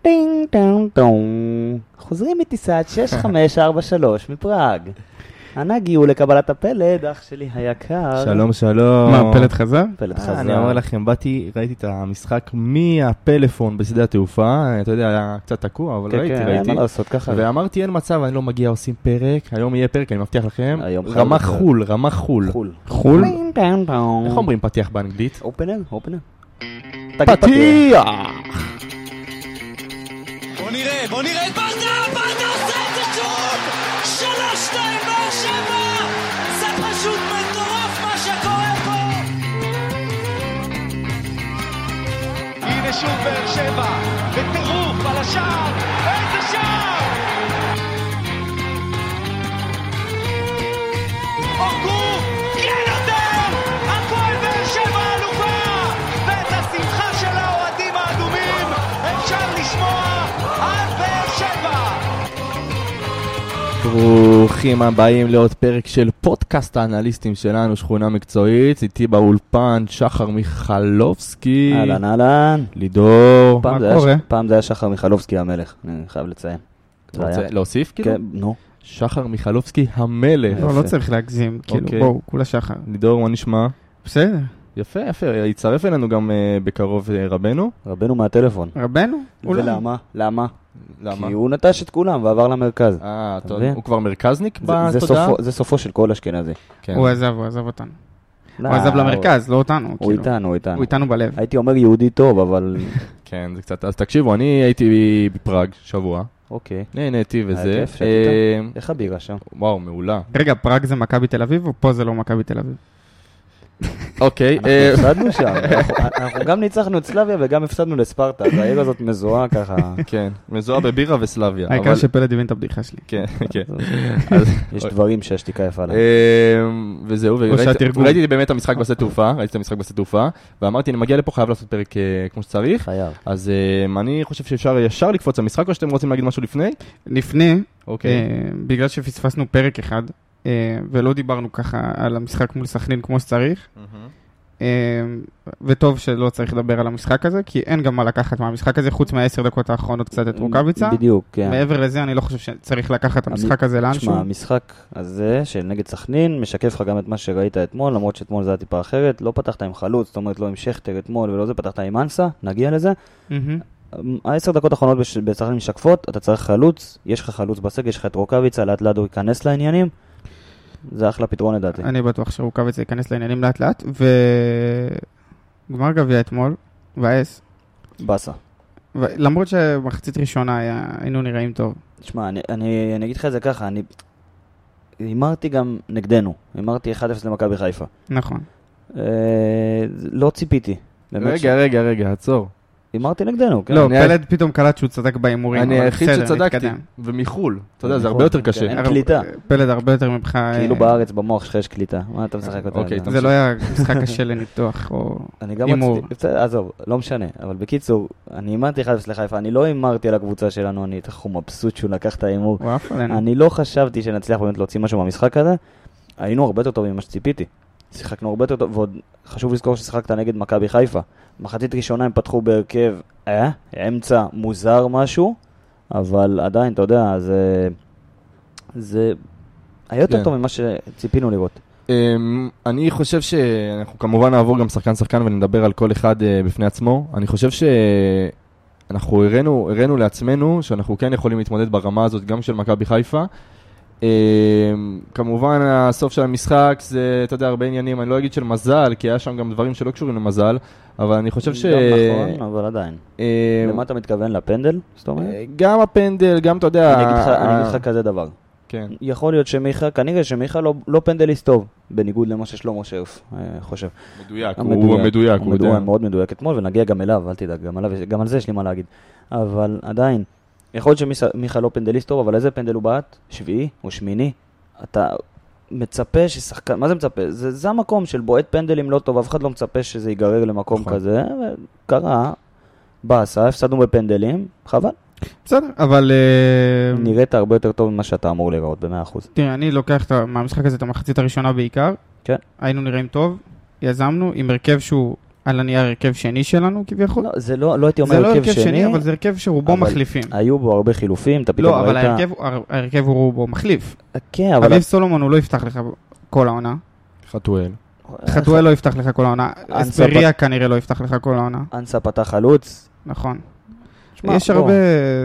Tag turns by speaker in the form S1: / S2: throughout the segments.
S1: טונג טונג טונג. חוזרים מטיסת 6543 מפראג. אנא הגיעו לקבלת הפלד, אח שלי היקר.
S2: שלום, שלום.
S3: מה, פלט חזר?
S1: פלד
S2: אה,
S1: חזר.
S2: אני אומר לכם, באתי, ראיתי את המשחק מהפלאפון בשדה התעופה, אתה יודע, היה קצת תקוע, אבל
S1: כן,
S2: ראיתי,
S1: כן,
S2: ראיתי.
S1: מה לעשות ככה.
S2: ואמרתי, אין מצב, אני לא מגיע, עושים פרק, היום יהיה פרק, אני מבטיח לכם.
S1: היום חייב
S2: רמה
S1: להיות.
S2: חול, רמה חול.
S1: חו"ל.
S3: חו"ל?
S1: טונג טונג טונג.
S2: איך אומרים פתיח באנגלית?
S1: אופנר? אופנר.
S2: פתיח!
S4: בוא נראה, בוא נראה את ברדה, ברדה עושה את זה שוב! שלוש, שתיים, באר שבע! זה פשוט מטורף מה שקורה פה!
S5: הנה שוב באר שבע, בטירוף על השער, איזה שער! הורגו, כן יותר! הפועל באר שבע אלופה! ואת השמחה של האוהדים האדומים אפשר לשמוע עד באר שבע!
S2: ברוכים הבאים לעוד פרק של פודקאסט האנליסטים שלנו, שכונה מקצועית, איתי באולפן שחר מיכלובסקי,
S1: אהלן אהלן.
S2: לידור,
S1: פעם
S3: מה
S1: זה היה-
S3: קורה?
S1: פעם זה היה שחר מיכלובסקי המלך, אני חייב לציין.
S2: אתה רוצה
S1: זה היה-
S2: להוסיף כאילו?
S1: כן, נו.
S2: שחר מיכלובסקי המלך.
S3: לא,
S1: יפה.
S3: לא צריך להגזים, כאילו,
S2: אוקיי.
S3: בואו, כולה שחר.
S2: לידור, מה נשמע?
S3: בסדר,
S2: יפה, יפה, יצטרף אלינו גם אה, בקרוב אה, רבנו.
S1: רבנו מהטלפון.
S3: רבנו? אולי.
S1: ולמה? למה?
S2: לא. למה?
S1: כי הוא נטש את כולם ועבר למרכז.
S2: אה,
S1: אתה
S2: טוב,
S1: מבין?
S2: הוא כבר מרכזניק
S1: זה-
S2: בתודעה?
S1: זה סופו- זה סופו של כל אשכנזי.
S2: כן.
S3: הוא עזב, הוא עזב אותנו.
S1: לא,
S3: הוא עזב למרכז, לא אותנו,
S1: הוא
S3: כאילו.
S1: איתנו, הוא איתנו.
S3: הוא איתנו בלב.
S1: הייתי אומר יהודי טוב, אבל...
S2: כן, זה קצת... אז תקשיבו, אני הייתי בפראג שבוע,
S1: אוקיי.
S2: נהניתי וזה.
S1: כיף, שתית?
S2: אה,
S1: איך הבירה שם?
S2: וואו, מעולה.
S3: רגע, פראג זה מכבי תל אביב, או פה זה לא מכבי תל אביב?
S2: אוקיי,
S1: אנחנו
S2: אה,
S1: הפסדנו שם. אנחנו- אנחנו גם ניצחנו את סלאביה וגם הפסדנו לספרטה, אז העיר הזאת מזוהה ככה.
S2: כן, מזוהה בבירה וסלביה.
S3: העיקר
S2: אבל-
S3: שפלד הבין את הבדיחה שלי.
S2: כן, כן.
S1: יש דברים שהשתיקה יפה
S3: אה,
S1: להם.
S2: אמ, וזהו, וראיתי-
S3: שהתרגום.
S2: ראיתי באמת את המשחק בשדה תעופה, ראיתי את המשחק בשדה תעופה, ואמרתי, אני מגיע לפה, חייב לעשות פרק אה, כמו שצריך.
S1: חייב.
S2: אז אמ, אני חושב שאפשר ישר לקפוץ למשחק, או שאתם רוצים להגיד משהו לפני?
S3: לפני,
S2: אוקיי.
S3: אה, בגלל שפספסנו פרק אחד, אה, ולא דיברנו ככה על המשחק מול סכנין כמו שצריך, אה, וטוב שלא צריך לדבר על המשחק הזה, כי אין גם מה לקחת מהמשחק הזה, חוץ מהעשר דקות האחרונות קצת את רוקאביצה.
S1: בדיוק, כן.
S3: מעבר לזה, אני לא חושב שצריך לקחת את המשחק הזה לאנשהו.
S1: תשמע, המשחק הזה של נגד סכנין משקף לך גם את מה שראית אתמול, למרות שאתמול זה היה טיפה אחרת. לא פתחת עם חלוץ, זאת אומרת לא עם שכטר אתמול ולא זה, פתחת עם אנסה, נגיע לזה.
S3: מהמם.
S1: העשר דקות האחרונות בש- בסכנין משקפות, אתה צריך חלוץ, יש לך חלוץ בסגל, יש לך את רוקאביצה, לאט לאט הוא ייכנס לעניינים. זה אחלה פתרון לדעתי.
S3: אני בטוח שרוקאביצה ייכנס לעניינים לאט לאט, וגמר גביע אתמול, מבאס.
S1: באסה.
S3: ו- למרות שמחצית ראשונה היה, היינו נראים טוב.
S1: תשמע, אני, אני, אני אגיד לך את זה ככה, אני הימרתי גם נגדנו, הימרתי 1-0 למכבי חיפה.
S3: נכון.
S1: אה, לא ציפיתי. באמת ש-
S2: רגע, רגע, רגע, עצור.
S1: הימרתי נגדנו, כן.
S3: לא,
S2: אני-
S3: פלד פתאום קלט שהוא צדק בהימורים.
S2: אני
S3: אבל
S2: היחיד
S3: בסדר,
S2: שצדקתי,
S3: נתקדם.
S2: ומחו"ל. אתה יודע, זה
S1: מחו"ל,
S2: הרבה יותר
S1: כן,
S2: קשה.
S1: אין
S3: הר-
S1: קליטה.
S3: פלד הרבה יותר ממך... אה,
S1: כאילו בארץ, במוח שלך יש קליטה. מה אתה משחק אותה?
S2: אוקיי,
S1: אתה-
S3: זה לא היה משחק קשה לניתוח, או...
S1: אני גם
S3: הימור.
S1: רציתי, בסדר, עזוב, לא משנה, אבל בקיצור, אני הימרתי 1-0 לחיפה, אני לא הימרתי על הקבוצה שלנו, אני איך הוא מבסוט שהוא לקח את ההימור.
S3: הוא עף עלינו.
S1: אני לא חשבתי שנצליח באמת להוציא משהו מהמשחק הזה, היינו הרבה יותר טובים ממה שציפיתי. שיחקנו הרבה יותר טוב, ועוד חשוב לזכור ששיחקת נגד מכבי חיפה. מחצית ראשונה הם פתחו בהרכב, אה, אמצע מוזר משהו, אבל עדיין, אתה יודע, זה... זה... היה יותר
S2: כן.
S1: טוב ממה שציפינו לראות.
S2: אמ, אני חושב שאנחנו כמובן נעבור גם שחקן-שחקן ונדבר על כל אחד אה, בפני עצמו. אני חושב שאנחנו הראינו, הראינו לעצמנו שאנחנו כן יכולים להתמודד ברמה הזאת גם של מכבי חיפה. אמ, כמובן, הסוף של המשחק זה, אתה יודע, הרבה עניינים, אני לא אגיד של מזל, כי היה שם גם דברים שלא קשורים למזל, אבל אני חושב ש...
S1: גם נכון, אבל עדיין.
S2: אמ,
S1: למה אתה מתכוון? לפנדל? זאת אומרת?
S2: אה, גם הפנדל, גם, אתה יודע...
S1: אני אגיד לך-
S2: ה-
S1: אני אגיד לך כזה דבר.
S2: אה, כן.
S1: יכול להיות שמיכה, כנראה שמיכה לא- לא פנדליסט טוב, בניגוד למה ששלמה שרף אה, חושב.
S2: מדויק,
S1: המדויק.
S2: הוא מדויק, הוא יודע.
S1: מאוד אה, מדויק אתמול, ונגיע גם אליו, אל תדאג, גם, עליו, יש- גם על זה יש לי מה להגיד. אבל עדיין, יכול להיות שמיכה לא פנדליסט טוב, אבל איזה פנדל הוא בעט? שביעי או שמיני? אתה מצפה ששחקן, מה זה מצפה? זה, זה המקום של בועט פנדלים לא טוב, אף אחד לא מצפה שזה ייגרר למקום
S2: נכון.
S1: כזה, וקרה, באסה, הפסדנו בפנדלים, חבל.
S3: בסדר, אבל... אה,
S1: נראית הרבה יותר טוב ממה שאתה אמור להיראות, ב-100%.
S3: תראה, אני לוקח את ה- מהמשחק הזה את המחצית הראשונה בעיקר.
S1: כן.
S3: היינו נראים טוב, יזמנו, עם הרכב שהוא על הנייר הרכב שני שלנו כביכול.
S1: לא, זה לא, לא הייתי אומר
S3: נכון. זה לא
S1: הרכב
S3: הרכב
S1: שני,
S3: שני, אבל זה הרכב שרובו
S1: אבל-
S3: מחליפים.
S1: היו בו הרבה חילופים, אתה פתאום
S3: לא, אבל
S1: ראית...
S3: ההרכב- ההרכב הוא רובו מחליף.
S1: כן, אבל...
S3: אביב סולומון הוא לא יפתח לך כל העונה.
S2: חתואל.
S1: אה,
S3: חתואל לא יפתח לך כל העונה.
S1: אנסה
S3: אספריה כנראה לא יפתח לך כל העונה.
S1: אנסה פתח חלוץ.
S3: נכון.
S1: שמע,
S3: יש
S1: בוא,
S3: הרבה...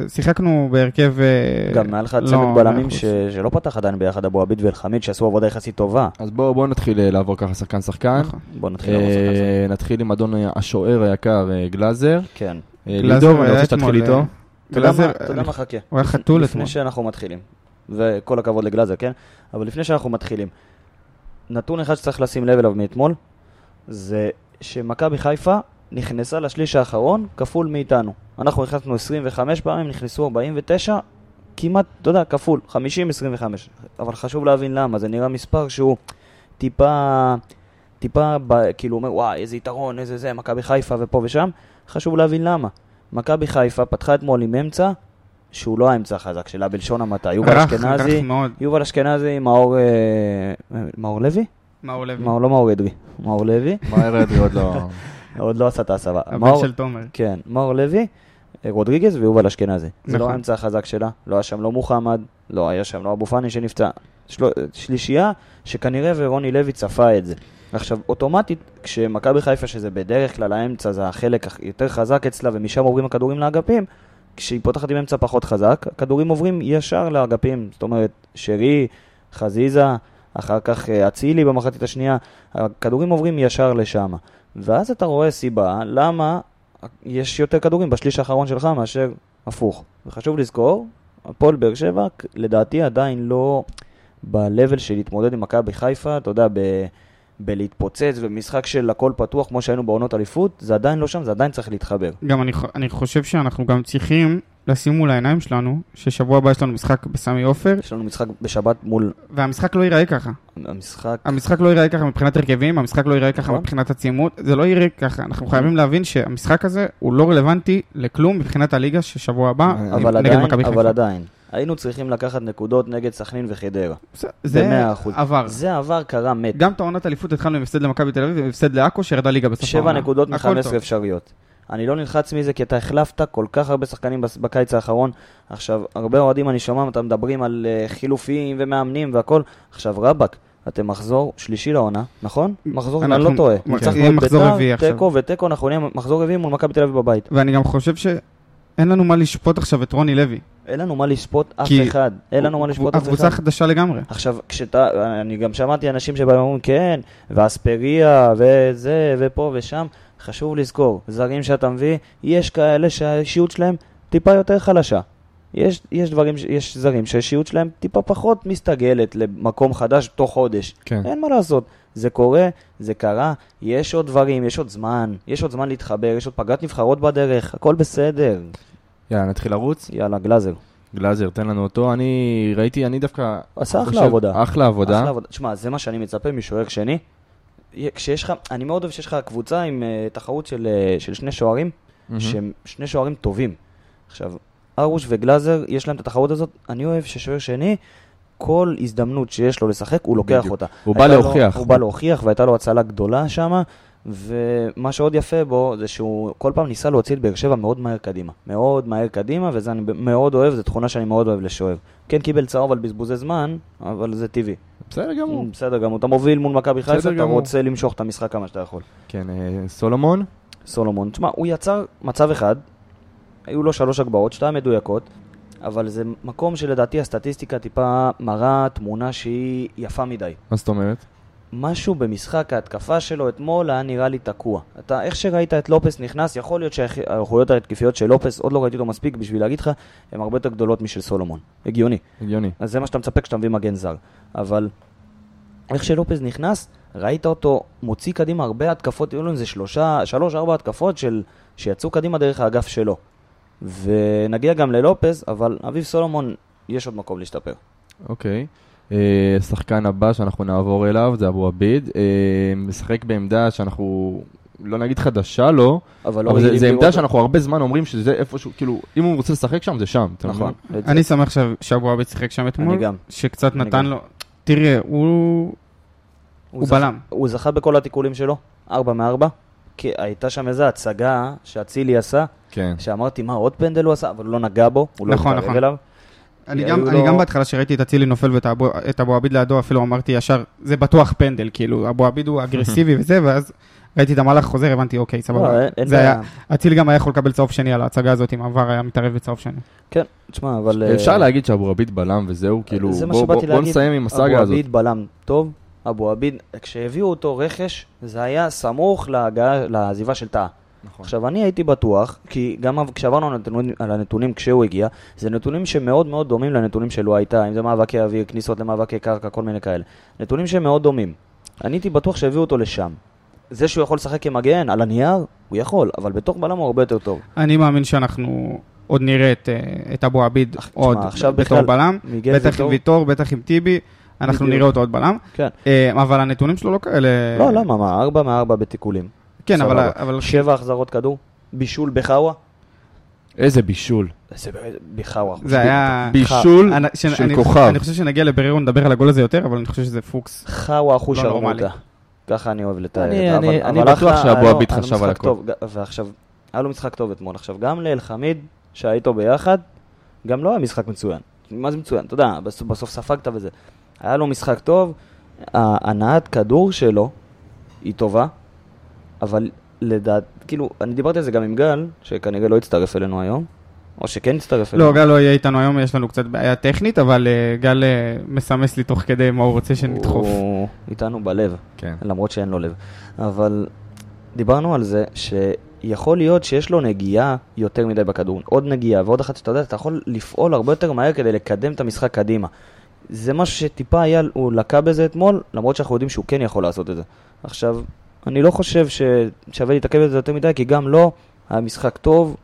S3: שיחקנו בהרכב... אה,
S1: גם היה לך
S3: לא,
S1: צמד בלמים
S3: מאה אחוז.
S1: ש- שלא פתח עדיין ביחד, אבו עביד ואלחמיד, שעשו עבודה יחסית טובה.
S2: אז בואו בוא נתחיל אה, לעבור ככה שחקן-שחקן.
S3: נכון.
S1: בוא נתחיל עם השחקן הזה.
S2: אה, נתחיל עם אדון אה, השוער היקר אה, גלאזר.
S1: כן.
S2: אה,
S3: גלאזר
S2: לידור, אני
S3: היה
S2: רוצה שתתחיל
S3: אתמול,
S2: איתו.
S3: אה,
S1: אתה יודע
S3: גלאזר,
S1: מה- אתה יודע מה חכה.
S3: הוא היה חתול
S1: לפני
S3: אתמול.
S1: שאנחנו מתחילים, וכל הכבוד לגלאזר, כן? אבל לפני שאנחנו מתחילים, נתון אחד שצריך לשים לב אליו מאתמול, זה שמכבי חיפה נכנסה לשליש האחרון כפול מאיתנו. אנחנו נכנסנו 25 פעמים, נכנסו 49, כמעט, אתה יודע, כפול, 50-25. אבל חשוב להבין למה, זה נראה מספר שהוא טיפה, טיפה, ב, כאילו אומר, וואי, איזה יתרון, איזה זה, מכבי חיפה ופה ושם. חשוב להבין למה. מכבי חיפה פתחה אתמול עם אמצע שהוא לא האמצע החזק שלה, בלשון המעטה. יובל
S3: רך, רך
S1: אשכנזי,
S3: מאוד.
S1: יובל אשכנזי עם מאור, אה, מאור לוי?
S3: מאור לוי.
S1: מאור, לא מאור אדרי, מאור לוי.
S2: מהר אדרי עוד לא...
S1: עוד לא עשה את ההסבה.
S3: הבן
S1: מאור-
S3: של תומר.
S1: כן, מאור לוי, אה, רודריגז ויובל אשכנזי. זה לא
S3: נכון.
S1: האמצע החזק שלה, לא היה שם לא מוחמד, לא היה שם לא אבו פאני שנפצע. של... שלישייה שכנראה ורוני לוי צפה את זה. עכשיו, אוטומטית, כשמכבי חיפה, שזה בדרך כלל האמצע, זה החלק הכ- יותר חזק אצלה, ומשם עוברים הכדורים לאגפים, כשהיא פותחת עם אמצע פחות חזק, הכדורים עוברים ישר לאגפים. זאת אומרת, שרי, חזיזה, אחר כך אה, אצילי במחצית השנייה, הכדורים עוברים ישר לשם. ואז אתה רואה סיבה למה יש יותר כדורים בשליש האחרון שלך מאשר הפוך. וחשוב לזכור, הפועל באר שבע לדעתי עדיין לא ב-level של להתמודד עם מכבי חיפה, אתה יודע, ב- בלהתפוצץ ומשחק של הכל פתוח כמו שהיינו בעונות אליפות, זה עדיין לא שם, זה עדיין צריך להתחבר.
S3: גם אני, חו- אני חושב שאנחנו גם צריכים לשים מול העיניים שלנו, ששבוע הבא יש לנו משחק בסמי עופר,
S1: יש לנו משחק בשבת מול
S3: והמשחק לא ייראה ככה.
S1: המשחק,
S3: המשחק לא ייראה ככה מבחינת הרכבים, המשחק לא ייראה ככה
S1: נכון.
S3: מבחינת עצימות, זה לא ייראה ככה. אנחנו חייבים להבין שהמשחק הזה הוא לא רלוונטי לכלום מבחינת הליגה ששבוע הבא
S1: אבל
S3: נגד
S1: עדיין,
S3: מכבי
S1: אבל
S3: חיפה.
S1: עדיין, היינו צריכים לקחת נקודות נגד סכנין וחדרה.
S3: בסדר, זה
S1: במאה אחוז.
S3: עבר.
S1: זה עבר קרה מת.
S3: גם את העונת אליפות התחלנו עם הפסד למכבי תל אביב והפסד לעכו שירדה ליגה בסוף
S1: שבע
S3: העונה.
S1: נקודות
S3: הכל טוב.
S1: מ-15 אפשריות. אני לא נלחץ מזה כי אתה החלפת כל כך הרבה שחקנים בס- בקיץ האחרון. עכשיו, הרבה אוהדים אני שומע, אתם מדברים על אה, חילופים ומאמנים והכל. עכשיו, רבאק, אתם מחזור שלישי לעונה, נכון? מחזור, אם אני לא
S3: אנחנו-
S1: טועה.
S3: כן.
S1: ניצחנו
S3: יהיה
S1: את
S3: מחזור
S1: ביתר,
S3: רביעי עכשיו.
S1: תיקו ותיקו, אנחנו נהיה מחזור רביעי מול מכבי תל אביב בבית.
S3: ואני גם חושב שאין לנו מה לשפוט עכשיו את רוני לוי.
S1: אין לנו מה לשפוט אף
S3: כי
S1: אחד. אין לנו מה לשפוט אף
S3: הקבוצה
S1: אחד.
S3: חדשה לגמרי.
S1: עכשיו, כשאתה, אני גם שמעתי אנשים שבאים ואומרים, כן, ואספריה, וזה, ופה ושם, חשוב לזכור, זרים שאתה מביא, יש כאלה שהאישיות שלהם טיפה יותר חלשה. יש, יש דברים, ש- יש זרים שהאישיות שלהם טיפה פחות מסתגלת למקום חדש תוך חודש.
S2: כן.
S1: אין מה לעשות, זה קורה, זה קרה, יש עוד דברים, יש עוד זמן, יש עוד זמן להתחבר, יש עוד פגרת נבחרות בדרך, הכל בסדר.
S2: יאללה, נתחיל לרוץ.
S1: יאללה, גלאזר.
S2: גלאזר, תן לנו אותו. אני ראיתי, אני דווקא...
S1: עשה אחלה
S2: חושב-
S1: עבודה.
S2: אחלה עבודה.
S1: אחלה עבודה. תשמע, זה מה שאני מצפה משוער שני. יה- כשיש לך, אני מאוד אוהב שיש לך קבוצה עם אה, תחרות של, אה, של שני שוערים,
S2: מהמם.
S1: שהם שני שוערים טובים. עכשיו, ארוש וגלאזר, יש להם את התחרות הזאת, אני אוהב ששוער שני, כל הזדמנות שיש לו לשחק, הוא לוקח
S2: בדיוק.
S1: אותה.
S2: הוא בא
S1: הייתה לו-
S2: להוכיח.
S1: הוא בא להוכיח, והייתה לו הצלה גדולה שם, ומה שעוד יפה בו, זה שהוא כל פעם ניסה להוציא את באר שבע מאוד מהר קדימה. מאוד מהר קדימה, וזה אני ב- מאוד אוהב, זו תכונה שאני מאוד אוהב לשוער. כן קיבל צהוב על בזבוזי זמן, אבל זה טבעי.
S2: בסדר גמור.
S1: אמ, בסדר גמור, אתה מוביל מול מכבי
S2: בסדר
S1: חיפה, אתה
S2: גמור.
S1: רוצה למשוך את המשחק כמה שאתה יכול.
S2: כן, אה, סולומון.
S1: סולומון, תשמע, הוא יצר מצב אחד, היו לו שלוש הגבהות, שתיים מדויקות, אבל זה מקום שלדעתי הסטטיסטיקה טיפה מראה תמונה שהיא יפה מדי.
S2: מה זאת אומרת?
S1: משהו במשחק ההתקפה שלו אתמול היה נראה לי תקוע. אתה, איך שראית את לופס נכנס, יכול להיות שהאיכויות ההתקפיות של לופס, עוד לא ראיתי אותו מספיק בשביל להגיד לך, הן הרבה יותר גדולות משל סולומון. הגיוני.
S2: הגיוני.
S1: אז זה מה שאתה מצפה כשאתה מביא מגן זר. אבל איך שלופז נכנס, ראית אותו מוציא קדימה הרבה התקפות, היו לו איזה שלושה, שלוש, ארבע התקפות של, שיצאו קדימה דרך האגף שלו. ונגיע גם ללופז, אבל אביב סולומון, יש עוד מקום להשתפר.
S2: אוקיי. אה, השחקן הבא שאנחנו נעבור אליו זה אבו עביד. אה, משחק בעמדה שאנחנו, לא נגיד חדשה לו,
S1: אבל לא
S2: אבל זה-
S1: רגילים
S2: זה
S1: לראות
S2: עמדה
S1: אותו.
S2: שאנחנו הרבה זמן אומרים שזה איפשהו, כאילו, אם הוא רוצה לשחק שם, זה שם. אתה מבין?
S1: נכון. את זה-
S3: אני שמח ש- שאבו עביד שיחק שם אתמול.
S1: אני גם.
S3: שקצת
S1: אני
S3: נתן
S1: גם.
S3: לו... תראה, הוא... הוא
S1: זכה-
S3: בלם.
S1: הוא זכה בכל התיקולים שלו, ארבע מארבע. כי הייתה שם איזו הצגה שאצילי עשה,
S2: כן.
S1: שאמרתי, מה, עוד פנדל הוא עשה? אבל הוא לא נגע בו, הוא לא
S3: נכון,
S1: התקרב
S3: נכון.
S1: אליו.
S3: אני
S1: כי
S3: גם,
S1: היו
S3: אני
S1: לו-
S3: גם בהתחלה שראיתי את אצילי נופל ואת אבו- את אבו עביד לידו, אפילו אמרתי ישר, זה בטוח פנדל, כאילו, אבו עביד הוא אגרסיבי וזה, ואז ראיתי את המהלך חוזר, הבנתי, אוקיי,
S1: לא,
S3: סבבה.
S1: אין- אין
S3: זה
S1: בעיה.
S3: היה- אצילי גם היה יכול לקבל צהוב שני על ההצגה הזאת, אם העבר היה מתערב בצהוב שני.
S1: כן, תשמע, אבל... אה,
S2: אפשר להגיד שאבו עביד בלם וזהו, כאילו,
S1: זה מה
S2: בוא-
S1: שבאתי
S2: בוא בוא
S1: להגיד.
S2: נסיים עם הסאגה
S1: אבו
S2: הזאת.
S1: עביד בלם טוב, אבו עביד, כשהביאו אותו רכש, זה היה סמוך להגעה, לעזיבה של טאה.
S2: נכון.
S1: עכשיו, אני הייתי בטוח, כי גם כשעברנו על הנתונים, על הנתונים כשהוא הגיע, זה נתונים שמאוד מאוד דומים לנתונים שלו הייתה, אם זה מאבקי אוויר, כניסות למאבקי קרקע, כל מיני כאלה. נתונים שמאוד דומים. אני הייתי בטוח שהביאו אותו לשם. זה שהוא יכול לשחק כמגן, על הנייר, הוא יכול, אבל בתור בלם הוא הרבה יותר טוב.
S3: אני מאמין שאנחנו עוד נראה את, אה, את אבו עביד
S1: אך, תשמע,
S3: עוד
S1: עכשיו
S3: בתור
S1: בכלל,
S3: בלם,
S1: מיגל
S3: בטח עם
S1: ויטור-
S3: ויטור, בטח עם טיבי, אנחנו
S1: בדיוק.
S3: נראה אותו עוד בלם,
S1: כן.
S3: אה, אבל הנתונים שלו לא כאלה...
S1: לא, למה? מה, ארבע מארבע בתיקולים.
S3: כן, אבל-
S1: סבבה.
S3: אבל
S1: שבע החזרות כדור, בישול בחאווה.
S2: איזה בישול.
S1: זה בחאווה.
S3: זה היה...
S2: בישול
S3: אני- ש-
S2: של
S3: אני-
S2: כוכב.
S3: אני חושב שנגיע לבררו נדבר על הגול הזה יותר, אבל אני חושב שזה פוקס.
S1: חאווה אחוש
S3: לא נורמלי.
S1: שרמוטה. ככה אני אוהב לתאר את
S2: אני-
S1: זה. אבל-
S2: אני- אני
S1: אבל
S2: בטוח
S1: אחלה,
S2: שאבו
S1: היה לו-
S2: עביד
S1: היה לו
S2: חשב
S1: משחק
S2: על הכל.
S1: טוב, ג- ועכשיו, היה לו משחק טוב אתמול. עכשיו, גם לאלחמיד, שהיה איתו ביחד, גם לא היה משחק מצוין. מה זה מצוין? אתה יודע, בס- בסוף ספגת וזה. היה לו משחק טוב, ה- הנעת כדור שלו היא טובה, אבל לדעת, כאילו, אני דיברתי על זה גם עם גל, שכנראה לא הצטרף אלינו היום, או שכן הצטרף אלינו.
S3: לא, גל לא יהיה איתנו היום, יש לנו קצת בעיה טכנית, אבל אה, גל אה, מסמס לי תוך כדי מה הוא רוצה שנדחוף.
S1: הוא איתנו בלב.
S2: כן.
S1: למרות שאין לו לב. אבל דיברנו על זה שיכול להיות שיש לו נגיעה יותר מדי בכדור. עוד נגיעה ועוד אחת שאתה יודע, אתה יכול לפעול הרבה יותר מהר כדי לקדם את המשחק קדימה. זה משהו שטיפה אייל, הוא לקה בזה אתמול, למרות שאנחנו יודעים שהוא כן יכול לעשות את זה. עכשיו, אני לא חושב ששווה להתעכב על זה יותר מדי, כי גם לא, היה משחק טוב,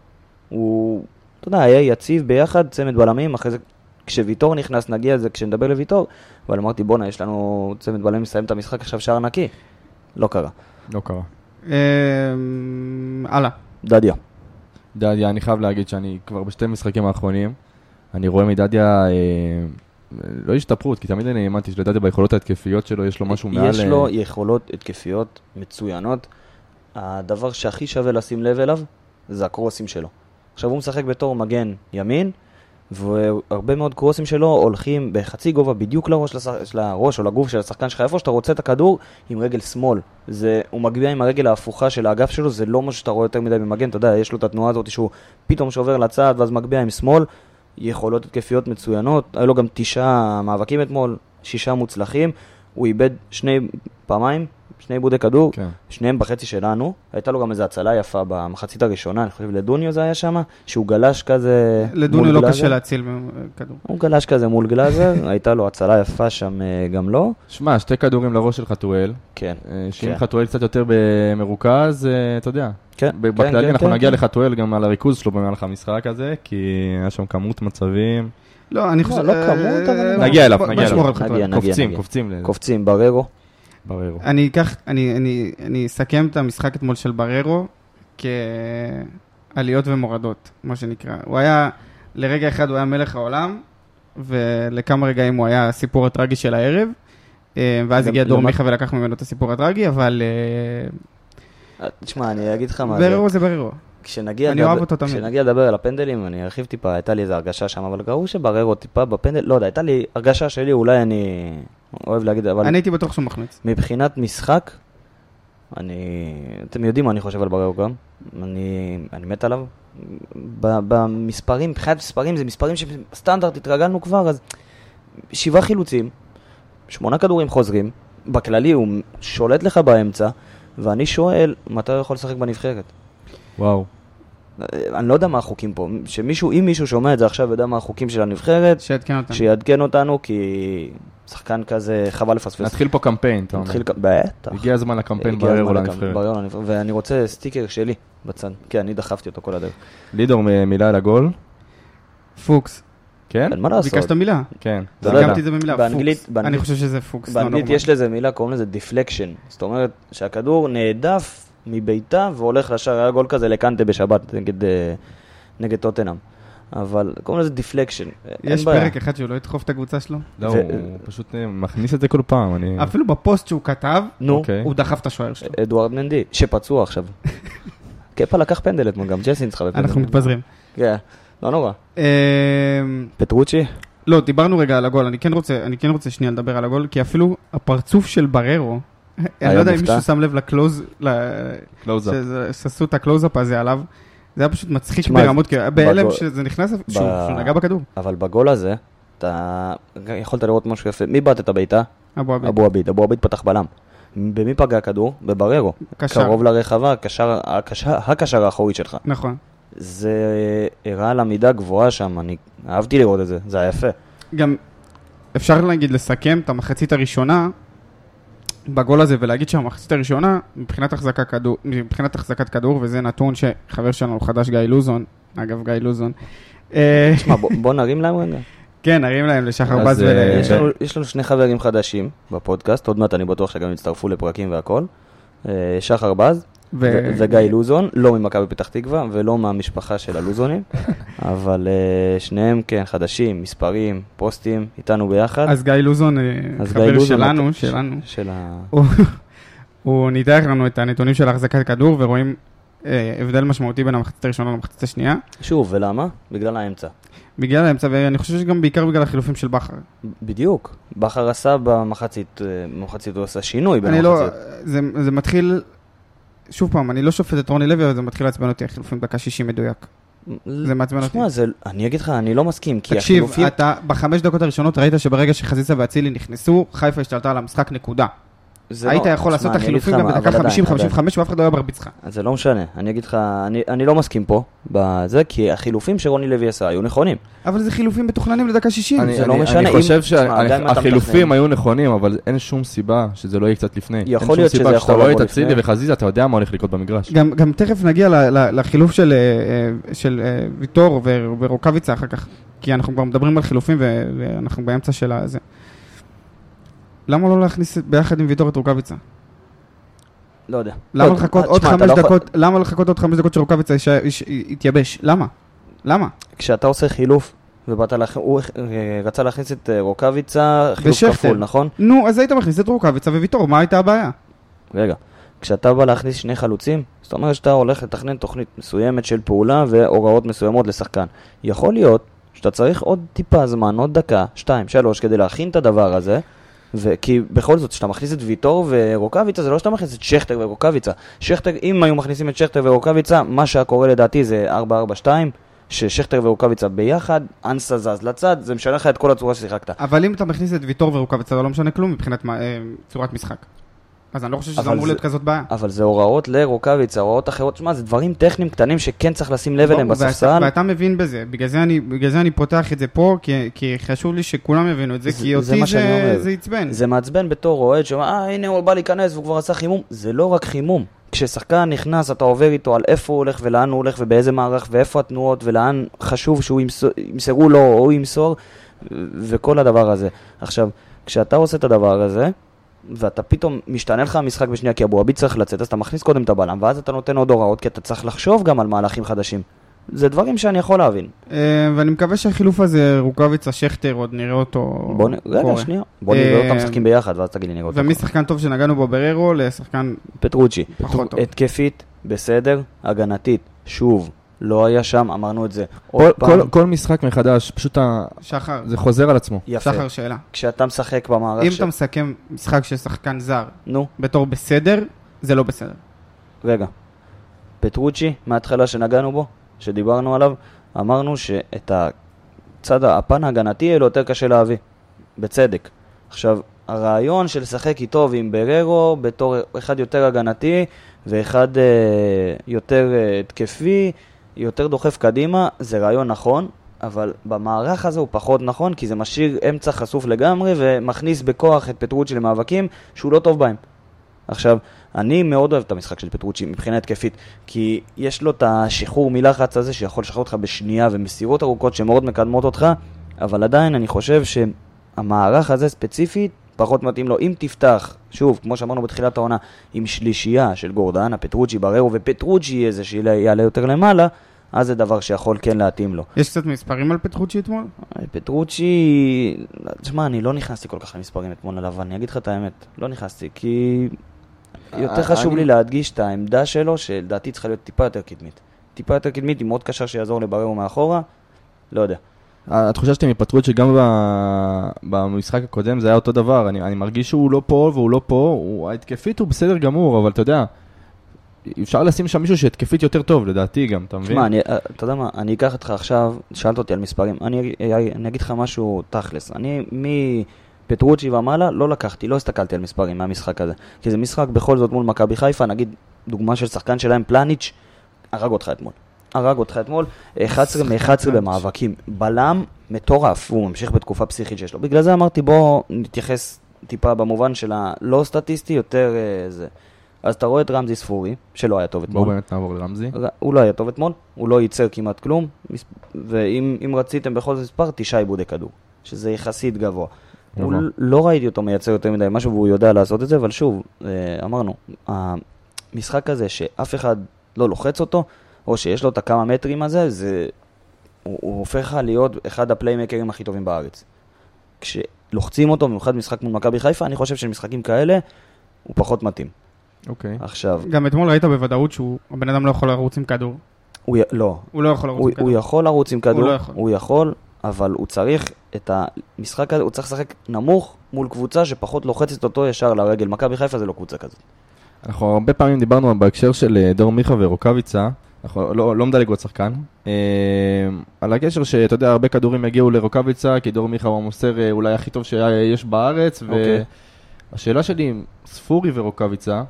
S1: הוא, אתה יודע, היה יציב ביחד, צמד בלמים, אחרי זה כשוויטור נכנס, נגיע לזה כשנדבר לוויטור, אבל אמרתי, בואנה, יש לנו צמד בלמים מסיים את המשחק עכשיו שער נקי. לא קרה.
S2: לא קרה.
S3: אה, אמ, הלאה.
S1: דדיה.
S2: דדיה, אני חייב להגיד שאני כבר בשתי משחקים האחרונים, אני רואה מדדיה, אה, לא השתפרות, כי תמיד אני האמנתי שלדדיה ביכולות ההתקפיות שלו יש לו משהו מעל...
S1: יש
S2: אה,
S1: לו יכולות התקפיות מצוינות. הדבר שהכי שווה לשים לב אליו זה הקרוסים שלו. עכשיו הוא משחק בתור מגן ימין, והרבה מאוד קרוסים שלו הולכים בחצי גובה בדיוק לראש, לשח... של הראש או לגוף של השחקן שלך, איפה שאתה רוצה את הכדור עם רגל שמאל. זה... הוא מגביה עם הרגל ההפוכה של האגף שלו, זה לא משהו שאתה רואה יותר מדי במגן, אתה יודע, יש לו את התנועה הזאת שהוא פתאום שובר לצד ואז מגביה עם שמאל. יכולות התקפיות מצוינות, היו לו גם תשעה מאבקים אתמול, שישה מוצלחים, הוא איבד שני פעמיים, שני עיבודי כדור,
S2: כן.
S1: שניהם בחצי שלנו, הייתה לו גם איזו הצלה יפה במחצית הראשונה, אני חושב לדוניו זה היה שם, שהוא גלש כזה
S3: לדוני
S1: מול
S3: לא
S1: גלאזר.
S3: קשה להציל מ- כדור.
S1: הוא גלש כזה מול גלאזר, הייתה לו הצלה יפה שם אה, גם לו,
S2: שמע, שתי כדורים לראש של חתואל,
S1: כן.
S2: אה, שאם
S1: כן.
S2: חתואל קצת יותר מרוכז, אה, אתה יודע.
S1: כן,
S2: ב-
S1: כן,
S2: בכללי
S1: כן,
S2: אנחנו
S1: כן,
S2: נגיע
S1: כן.
S2: לחתואל גם על הריכוז שלו במהלך המשחק הזה, כי היה שם כמות מצבים.
S3: לא, אני חושב...
S1: לא
S3: אה,
S1: כמות, אבל-
S2: נגיע אליו,
S3: בוא-
S2: נגיע
S3: בוא נשמור
S2: אליו.
S3: על חתואל.
S1: כן, נגיע, נגיע,
S2: קופצים,
S1: נגיע.
S2: קופצים.
S3: אה.
S2: ל-
S1: קופצים בררו,
S2: בררו.
S3: אני אקח, אני- אני- אני אסכם את המשחק אתמול של בררו כעליות ומורדות, מה שנקרא. הוא היה, לרגע אחד הוא היה מלך העולם, ולכמה רגעים הוא היה הסיפור הטרגי של הערב, אה, ואז
S1: למ-
S3: הגיע דור
S1: למה-
S3: מיכה ולקח ממנו את הסיפור הטרגי, אבל אה,
S1: אה, תשמע, אני אגיד לך מה זה,
S3: בררו זה בררו.
S1: כשנגיע
S3: אני
S1: לדבר-
S3: אוהב אותו תמיד.
S1: כשנגיע לדבר על הפנדלים, אני ארחיב טיפה, הייתה לי איזו הרגשה שם, אבל ראו שבררו טיפה בפנדל, לא יודע, הייתה לי הרגשה שלי, אולי אני אוהב להגיד, אבל
S3: אני הייתי בטוח שהוא מחמיץ.
S1: מבחינת משחק, אני... אתם יודעים מה אני חושב על בריאו גם. אני, אני מת עליו. ב- במספרים, מבחינת מספרים, זה מספרים שסטנדרט התרגלנו כבר, אז שבעה חילוצים, שמונה כדורים חוזרים, בכללי הוא שולט לך באמצע, ואני שואל, מתי הוא יכול לשחק בנבחרת?
S2: וואו.
S1: אני לא יודע מה החוקים פה, שמישהו, אם מישהו שומע את זה עכשיו ויודע מה החוקים של הנבחרת,
S3: שיעדכן אותנו.
S1: שיעדכן אותנו, כי שחקן כזה חבל לפספס.
S2: נתחיל פה קמפיין, אתה אומר.
S1: נתחיל... כ- בטח.
S2: הגיע הזמן לקמפיין
S1: הגיע
S2: בררו
S1: הזמן
S2: לנבחרת.
S1: לקמפיין בררו לנבחרת. ואני רוצה סטיקר שלי בצד, כי אני דחפתי אותו כל הדרך.
S2: לידור, מ- מילה על הגול?
S3: פוקס.
S2: כן?
S1: אין מה לעשות.
S3: ביקשת מילה.
S2: כן.
S1: זה לא
S3: סיימתי את זה במילה,
S1: באנגלית-
S3: פוקס.
S1: באנגלית-
S3: אני חושב שזה פוקס. לא
S1: באנגלית
S3: נורמלי.
S1: יש לזה מילה, קוראים לזה דיפלקשן. זאת אומרת שהכדור נעדף מביתה והולך לשער. היה גול כזה לקנטה בשבת נגד, אה, נגד טוטנאם. אבל קוראים לזה דיפלקשן, אין
S3: יש
S1: בעיה.
S3: פרק אחד שהוא לא ידחוף את הקבוצה שלו?
S2: לא,
S1: זה-
S2: הוא פשוט אה, מכניס את זה כל פעם,
S1: כן.
S2: אני...
S3: אפילו בפוסט שהוא כתב,
S1: נו,
S2: אוקיי.
S3: הוא דחף את השוער שלו.
S1: אדוארד מנדי, שפצוע עכשיו. קפה לקח פנדל אתמול, גם ג'סינס חבר פנדל.
S3: אנחנו מתפזרים.
S1: כן, לא נורא.
S3: אמ,
S1: פטרוצ'י?
S3: לא, דיברנו רגע על הגול, אני כן רוצה, אני כן רוצה שנייה לדבר על הגול, כי אפילו הפרצוף של בררו, אני
S1: היה
S3: לא יודע אם
S1: מופתע.
S3: מישהו שם לב לקלוז, ל-
S2: קלוזאפ.
S3: שזה- שעשו את הקלוזאפ הזה עליו, זה היה פשוט מצחיק
S1: תשמע,
S3: ברמות, כי היה בהלם
S1: בגול-
S3: שזה נכנס, שהוא שהוא נגע בכדור,
S1: אבל בגול הזה, אתה יכולת לראות משהו יפה. מי בעט את הבעיטה?
S3: אבו אבי,
S1: אבו עביד. אבו עביד פתח בלם. במי פגע הכדור? בבררו.
S3: קשר,
S1: קרוב לרחבה, הקשר, הקשר, הקשר האחורי שלך.
S3: נכון.
S1: זה הראה על עמידה גבוהה שם, אני אהבתי לראות את זה, זה היה יפה.
S3: גם אפשר להגיד לסכם את המחצית הראשונה בגול הזה ולהגיד שהמחצית הראשונה מבחינת, החזקה כדור, מבחינת החזקת כדור וזה נתון שחבר שלנו חדש גיא לוזון, אגב גיא לוזון, אה,
S1: תשמע, בוא, בוא נרים להם רגע.
S3: כן נרים להם לשחר
S2: אז,
S3: בז ול...
S2: אה,
S1: יש לנו, יש לנו שני חברים חדשים בפודקאסט, עוד מעט אני בטוח שגם יצטרפו לפרקים והכל. אה, שחר בז
S3: ו-
S1: ו- וגיא לוזון, לא ממכבי פתח תקווה ולא מהמשפחה של הלוזונים, אבל אה, שניהם כן חדשים, מספרים, פוסטים, איתנו ביחד.
S3: אז גיא לוזון, אה,
S1: אז גיא
S3: חבר
S1: לוזון,
S3: שלנו,
S1: ש-
S3: שלנו,
S1: של ה...
S3: הוא- הוא ניתח לנו את הנתונים של החזקת כדור ורואים אה, הבדל משמעותי בין המחצית הראשונה למחצית השנייה,
S1: שוב, ולמה? בגלל האמצע.
S3: בגלל האמצע, ואני חושב שגם בעיקר בגלל החילופים של בכר.
S1: בדיוק. בכר עשה במחצית, אה, במחצית הוא עשה שינוי
S3: אני
S1: במחצית.
S3: לא, זה, זה מתחיל, שוב פעם, אני לא שופט את רוני לוי, אבל זה מתחיל לעצבן אותי, החילופים דקה 60 מדויק. זה מעצבן אותי.
S1: שמע, זה- אני אגיד לך, אני לא מסכים, כי
S3: תקשיב,
S1: החילופים...
S3: אתה בחמש דקות הראשונות ראית שברגע שחזיזה ואצילי נכנסו, חיפה השתלטה על המשחק, נקודה.
S1: זה
S3: היית
S1: לא-
S3: יכול
S1: שמע,
S3: לעשות את
S1: אני אגיד לך
S3: החילופים גם
S1: מה,
S3: בדקה
S1: אבל עדיין, עדיין.
S3: 50-55 ואף אחד לא היה מרביץ לך.
S1: אז זה לא משנה, אני אגיד לך, אני- אני לא מסכים פה, בזה, כי החילופים שרוני לוי עשה היו נכונים.
S3: אבל זה חילופים מתוכננים לדקה 60.
S2: אני-
S1: זה לא
S2: אני-
S1: משנה,
S2: אני
S1: אם-
S2: חושב
S1: תשמע, גם אם אתה מתכנן-
S2: שהחילופים היו נכונים, אבל אין שום סיבה שזה לא יהיה קצת לפני.
S1: יכול
S2: אין שום
S1: להיות
S2: סיבה
S1: שזה
S2: כשאתה
S1: יכול
S2: רואה את
S1: לבוא
S2: אצילי
S1: לפני.
S2: וחזיזה, אתה יודע מה הולך לקרות במגרש.
S3: גם, גם תכף נגיע ל, ל, לחילוף של, אה, אה, של אה, ויטור ו, ורוקאביצה אחר כך, כי אנחנו כבר מדברים על חילופים ו, ואנחנו באמצע של הזה. למה לא להכניס את- ביחד עם ויטור את רוקאביצה?
S1: לא יודע.
S3: למה
S1: לא,
S3: לחכות
S1: תשמע,
S3: עוד
S1: אתה
S3: חמש
S1: לא יכול-
S3: דקות, למה לחכות עוד חמש דקות שרוקאביצה יש- יש- יתייבש? למה? למה?
S1: כשאתה עושה חילוף, ובאת להכ... הוא אה, רצה להכניס את אה, רוקאביצה, חילוף
S3: ושכטר.
S1: כפול, נכון?
S3: נו, אז היית מכניס את רוקאביצה וויטור, מה הייתה הבעיה?
S1: רגע, כשאתה בא להכניס שני חלוצים, זאת אומרת שאתה הולך לתכנן תוכנית מסוימת של פעולה והוראות מסוימות לשחקן. יכול להיות שאתה צריך עוד טיפה זמן, עוד דקה, שתיים, שלוש, כדי להכין את הדבר הזה, ו... כי בכל זאת, כשאתה מכניס את ויטור ורוקאביצה, זה לא שאתה מכניס את שכטר ורוקאביצה. שכטר, אם היו מכניסים את שכטר ורוקאביצה, מה שהיה קורה לדעתי זה 4-4-2. ששכטר ורוקאביצה ביחד, אנסה זז לצד, זה משנה לך את כל הצורה ששיחקת.
S3: אבל אם אתה מכניס את ויטור ורוקאביצה, זה לא משנה כלום מבחינת מה- אה, צורת משחק. אז אני לא חושב שזה
S1: אבל
S3: אמור
S1: זה-
S3: להיות כזאת בעיה.
S1: אבל זה הוראות לרוקאביצה, הוראות אחרות, שמע, זה דברים טכניים קטנים שכן צריך לשים לב אליהם
S3: ברור, לא, ואתה-
S1: בספסל.
S3: ואתה מבין בזה, בגלל זה אני- בגלל זה אני פותח את זה פה, כי- כי חשוב לי שכולם יבינו את זה,
S1: זה-
S3: כי
S1: זה מה
S3: אותי
S1: שאני
S3: זה-
S1: אומר.
S3: זה עצבן.
S1: זה מעצבן בתור אוהד שאומר, אה, הנה הוא בא להיכנס והוא כבר עשה חימום. זה לא רק חימום. כששחקן נכנס, אתה עובר איתו על איפה הוא הולך ולאן הוא הולך ובאיזה מערך ואיפה התנועות ולאן חשוב שהוא ימסור, ימסרו לו או הוא ימסור וכל הדבר הזה. עכשיו, כשאתה עושה את הדבר הזה, ואתה פתאום משתנה לך המשחק בשנייה כי אבו עביד צריך לצאת, אז אתה מכניס קודם את הבלם ואז אתה נותן עוד הוראות כי אתה צריך לחשוב גם על מהלכים חדשים. זה דברים שאני יכול להבין.
S3: אה, ואני מקווה שהחילוף הזה, רוקאביצה, שכטר, עוד נראה אותו
S1: בוא נ... רגע, שנייה. בוא
S3: אה,
S1: נראה אותם משחקים ביחד, ואז תגיד לי נראה אותם.
S3: ומשחקן טוב שנגענו בו בררו לשחקן
S1: פטרוצ'י.
S3: פחות טוב.
S1: התקפית, בסדר, הגנתית, שוב, לא היה שם, אמרנו את זה.
S2: כל-
S1: עוד פעם,
S2: כל- כל משחק מחדש, פשוט ה-
S3: שחר,
S2: זה חוזר על עצמו.
S1: יפה.
S3: שחר שאלה.
S1: כשאתה משחק במערך
S3: אם
S1: ש...
S3: אתה מסכם משחק של שחקן זר
S1: נו,
S3: בתור בסדר, זה לא בסדר.
S1: רגע. פטרוצ'י, מההתחלה שנגענו בו, שדיברנו עליו, אמרנו שאת הצד, הפן ההגנתי יהיה לו יותר קשה להביא. בצדק. עכשיו, הרעיון של לשחק איתו ועם בררו בתור אחד יותר הגנתי ואחד אה, יותר אה, התקפי, יותר דוחף קדימה, זה רעיון נכון, אבל במערך הזה הוא פחות נכון, כי זה משאיר אמצע חשוף לגמרי ומכניס בכוח את פטרוצ'י למאבקים שהוא לא טוב בהם. עכשיו, אני מאוד אוהב את המשחק של פטרוצ'י מבחינה התקפית, כי יש לו את השחרור מלחץ הזה שיכול לשחרר אותך בשנייה ומסירות ארוכות שמאוד מקדמות אותך, אבל עדיין אני חושב שהמערך הזה ספציפית פחות מתאים לו. אם תפתח, שוב, כמו שאמרנו בתחילת העונה, עם שלישייה של גורדנה, פטרוצ'י, בררו ופטרוצ'י יהיה זה שיעלה יותר למעלה, אז זה דבר שיכול כן להתאים לו.
S3: יש קצת מספרים על פטרוצ'י אתמול?
S1: פטרוצ'י, אה, תשמע, אני לא נכנסתי כל כך למספרים אתמול עליו, אני אגיד לך את האמת, לא נכנסתי, כי יותר
S2: אני-
S1: חשוב לי להדגיש את העמדה שלו, שלדעתי צריכה להיות טיפה יותר קדמית. טיפה יותר קדמית היא מאוד קשה שיעזור לבררו מאחורה, לא יודע.
S2: התחושה שאתם התפטרות שגם ב- במשחק הקודם זה היה אותו דבר, אני, אני מרגיש שהוא לא פה והוא לא פה, הוא, התקפית הוא בסדר גמור, אבל אתה יודע, אפשר לשים שם מישהו שהתקפית יותר טוב, לדעתי גם, אתה מבין?
S1: תשמע, אני- אה, אתה יודע מה, אני אקח אותך עכשיו, שאלת אותי על מספרים, אני אה, אני אגיד לך משהו תכלס. אני מפטרוצ'י ומעלה לא לקחתי, לא הסתכלתי על מספרים מהמשחק הזה. כי זה משחק בכל זאת מול מכבי חיפה, נגיד דוגמה של שחקן שלהם, פלניץ', הרג אותך אתמול. הרג אותך אתמול, 11 מ-11 במאבקים. בלם מטורף, הוא ממשיך בתקופה פסיכית שיש לו. בגלל זה אמרתי, בואו נתייחס טיפה במובן של הלא סטטיסטי, יותר אה, זה. אז אתה רואה את רמזי ספורי, שלא היה טוב
S2: בואו
S1: אתמול.
S2: באמת נעבור לרמזי.
S1: ר- הוא לא היה טוב אתמול, הוא לא ייצר כמעט כלום, מס- ואם אם רציתם בכל זאת מספר, תשעה עיבודי כדור, שזה יחסית גבוה. הוא
S2: גבוה.
S1: ל- לא ראיתי אותו מייצר יותר מדי משהו, והוא יודע לעשות את זה, אבל שוב, אה, אמרנו, המשחק הזה שאף אחד לא לוחץ אותו, או שיש לו את הכמה מטרים הזה, זה... הוא, הוא הופך לך להיות אחד הפליימקרים הכי טובים בארץ. כשלוחצים אותו, במיוחד משחק מול מכבי חיפה, אני חושב שמשחקים כאלה, הוא פחות מתאים.
S2: אוקיי.
S1: עכשיו,
S3: גם אתמול ראית בוודאות שהוא, הבן אדם לא יכול לרוץ עם כדור.
S1: הוא... י- לא,
S3: הוא לא יכול לרוץ
S1: הוא,
S3: עם
S1: הוא
S3: כדור.
S1: יכול לרוץ עם כדור,
S3: הוא
S1: הוא,
S3: לא
S1: לא
S3: יכול.
S1: הוא יכול, אבל הוא צריך את המשחק הזה, הוא צריך לשחק נמוך מול קבוצה שפחות לוחצת אותו ישר לרגל. מכבי חיפה זה לא קבוצה כזאת.
S2: אנחנו הרבה פעמים דיברנו בהקשר של אה, דור מיכה ורוקאביצה, אנחנו לא, לא מדלג עוד שחקן, אה, על הקשר שאתה יודע, הרבה כדורים הגיעו לרוקאביצה, כי דור מיכה הוא המוסר אה, אולי הכי טוב שיש בארץ,
S1: אוקיי.
S2: והשאלה שלי אם ספורי ורוקאביצה,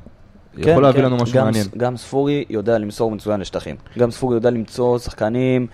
S1: כן,
S2: יכול להביא
S1: כן.
S2: לנו משהו
S1: גם,
S2: מעניין.
S1: ס- גם ספורי יודע למסור מצוין לשטחים. גם ספורי יודע למצוא שחקנים.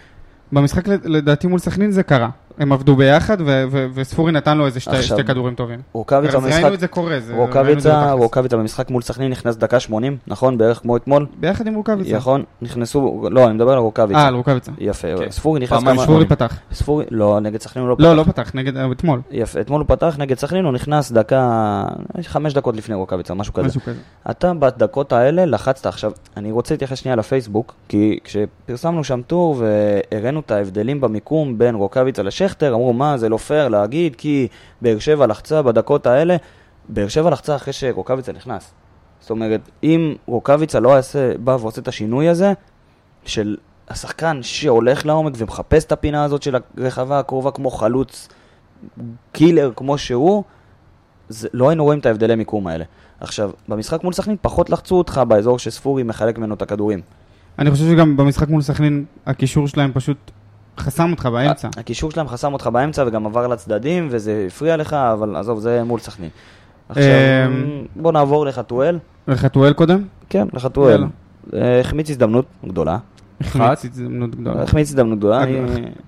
S3: במשחק לד- לדעתי מול סכנין זה קרה. הם עבדו ביחד, ו- ו- וספורי נתן לו איזה שתי
S1: עכשיו-
S3: שתי כדורים טובים.
S1: רוקאביצה
S3: אז ראינו את
S1: במשחק...
S3: זה קורה. זה- ראינו את זה
S1: רוקאביצה,
S3: בתכלס.
S1: רוקאביצה במשחק מול סכנין נכנס דקה 80, נכון? בערך כמו אתמול.
S3: ביחד עם רוקאביצה.
S1: נכון? נכנסו, לא, אני מדבר על
S3: אה,
S1: רוקאביצה.
S3: על רוקאביצה. אוקיי.
S1: יפה,
S2: כן.
S1: ספורי נכנס
S2: פעמיים
S1: כמה...
S3: ספורי פתח.
S1: ספורי, לא, נגד סכנין הוא לא
S3: לא, לא פתח, נגד, אה, אתמול.
S1: יפה, אתמול הוא פתח נגד סכנין, הוא נכנס דקה, חמש דקות לפני רוקאביצה, משהו כזה.
S3: משהו כזה.
S1: אתה בדקות האלה לחצת עכשיו, אני רוצה להתייחס שנייה לפייסבוק, כי כשפרסמנו שם טור והראינו את ההבדלים במיקום בין רוקאביצה לשכטר, אמרו מה זה לא פייר להגיד כי באר שבע לחצה בדקות האלה, באר שבע לחצה אחרי שרוקאביצה נכנס. זאת אומרת, אם רוקאביצה לא יעשה, בא ועושה את השינוי הזה, של השחקן שהולך לעומק ומחפש את הפינה הזאת של הרחבה הקרובה כמו חלוץ קילר כמו שהוא, זה, לא היינו רואים את ההבדלי מיקום האלה. עכשיו, במשחק מול סכנין פחות לחצו אותך באזור שספורי מחלק ממנו את הכדורים.
S3: אני חושב שגם במשחק מול סכנין, הקישור שלהם פשוט חסם אותך באמצע.
S1: ה- הקישור שלהם חסם אותך באמצע וגם עבר לצדדים וזה הפריע לך, אבל עזוב, זה מול סכנין. עכשיו,
S3: אמ,
S1: בוא נעבור לחתואל.
S3: וחתואל קודם?
S1: כן, לחתואל.
S3: יאללה.
S1: אה, החמיץ הזדמנות גדולה.
S3: החמיץ הזדמנות גדולה.
S1: לא, החמיץ הזדמנות גדולה.
S3: אה,
S1: אני-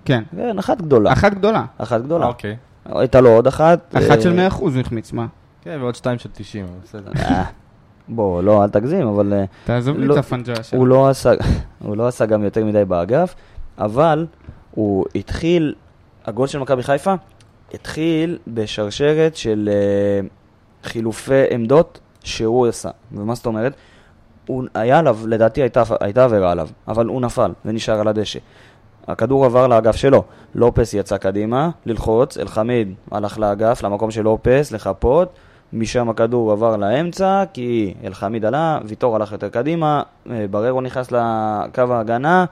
S3: כן.
S1: כן, אחת גדולה.
S3: אחת גדולה.
S1: אחת גדולה.
S2: אוקיי.
S1: הייתה לו עוד אחת.
S3: אחת
S1: אה,
S3: של 100% הוא החמיץ, מה?
S2: כן, ועוד שתיים של 90, אבל בסדר.
S1: אה, בוא, לא, אל תגזים, אבל אה,
S3: תעזוב לי
S1: לא,
S3: את הפנג'ה שלך.
S1: הוא לא, עשה, הוא לא עשה גם יותר מדי באגף, אבל הוא התחיל, הגול של מכבי חיפה התחיל בשרשרת של אה, חילופי עמדות שהוא עשה. ומה זאת אומרת? הוא היה עליו, לדעתי הייתה, הייתה עבירה עליו, אבל הוא נפל ונשאר על הדשא. הכדור עבר לאגף שלו, לופס יצא קדימה, ללחוץ, אלחמיד הלך לאגף, למקום של לופס, לחפות, משם הכדור עבר לאמצע, כי אלחמיד עלה, ויטור הלך יותר קדימה, אה, בררו נכנס לקו ההגנה,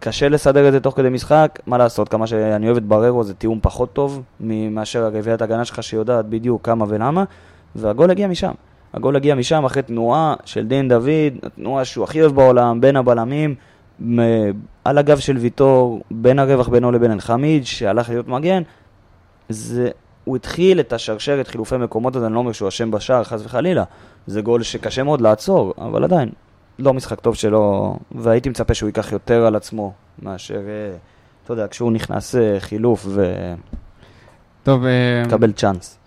S1: קשה לסדר את זה תוך כדי משחק, מה לעשות, כמה שאני אוהב את בררו זה תיאום פחות טוב מאשר רביעיית הגנה שלך שיודעת בדיוק כמה ולמה, והגול הגיע משם. הגול הגיע משם אחרי תנועה של דין דוד, התנועה שהוא הכי אוהב בעולם, בין הבלמים, מ- על הגב של ויטור, בין הרווח בינו לבין אלחמיד, שהלך להיות מגן, זה, הוא התחיל את השרשרת חילופי מקומות, אז אני לא אומר שהוא אשם בשער, חס וחלילה. זה גול שקשה מאוד לעצור, אבל עדיין, לא משחק טוב שלו, והייתי מצפה שהוא ייקח יותר על עצמו, מאשר, אה, אתה יודע, כשהוא נכנס אה, חילוף
S3: טוב, אה,
S1: לא- ומקבל צ'אנס.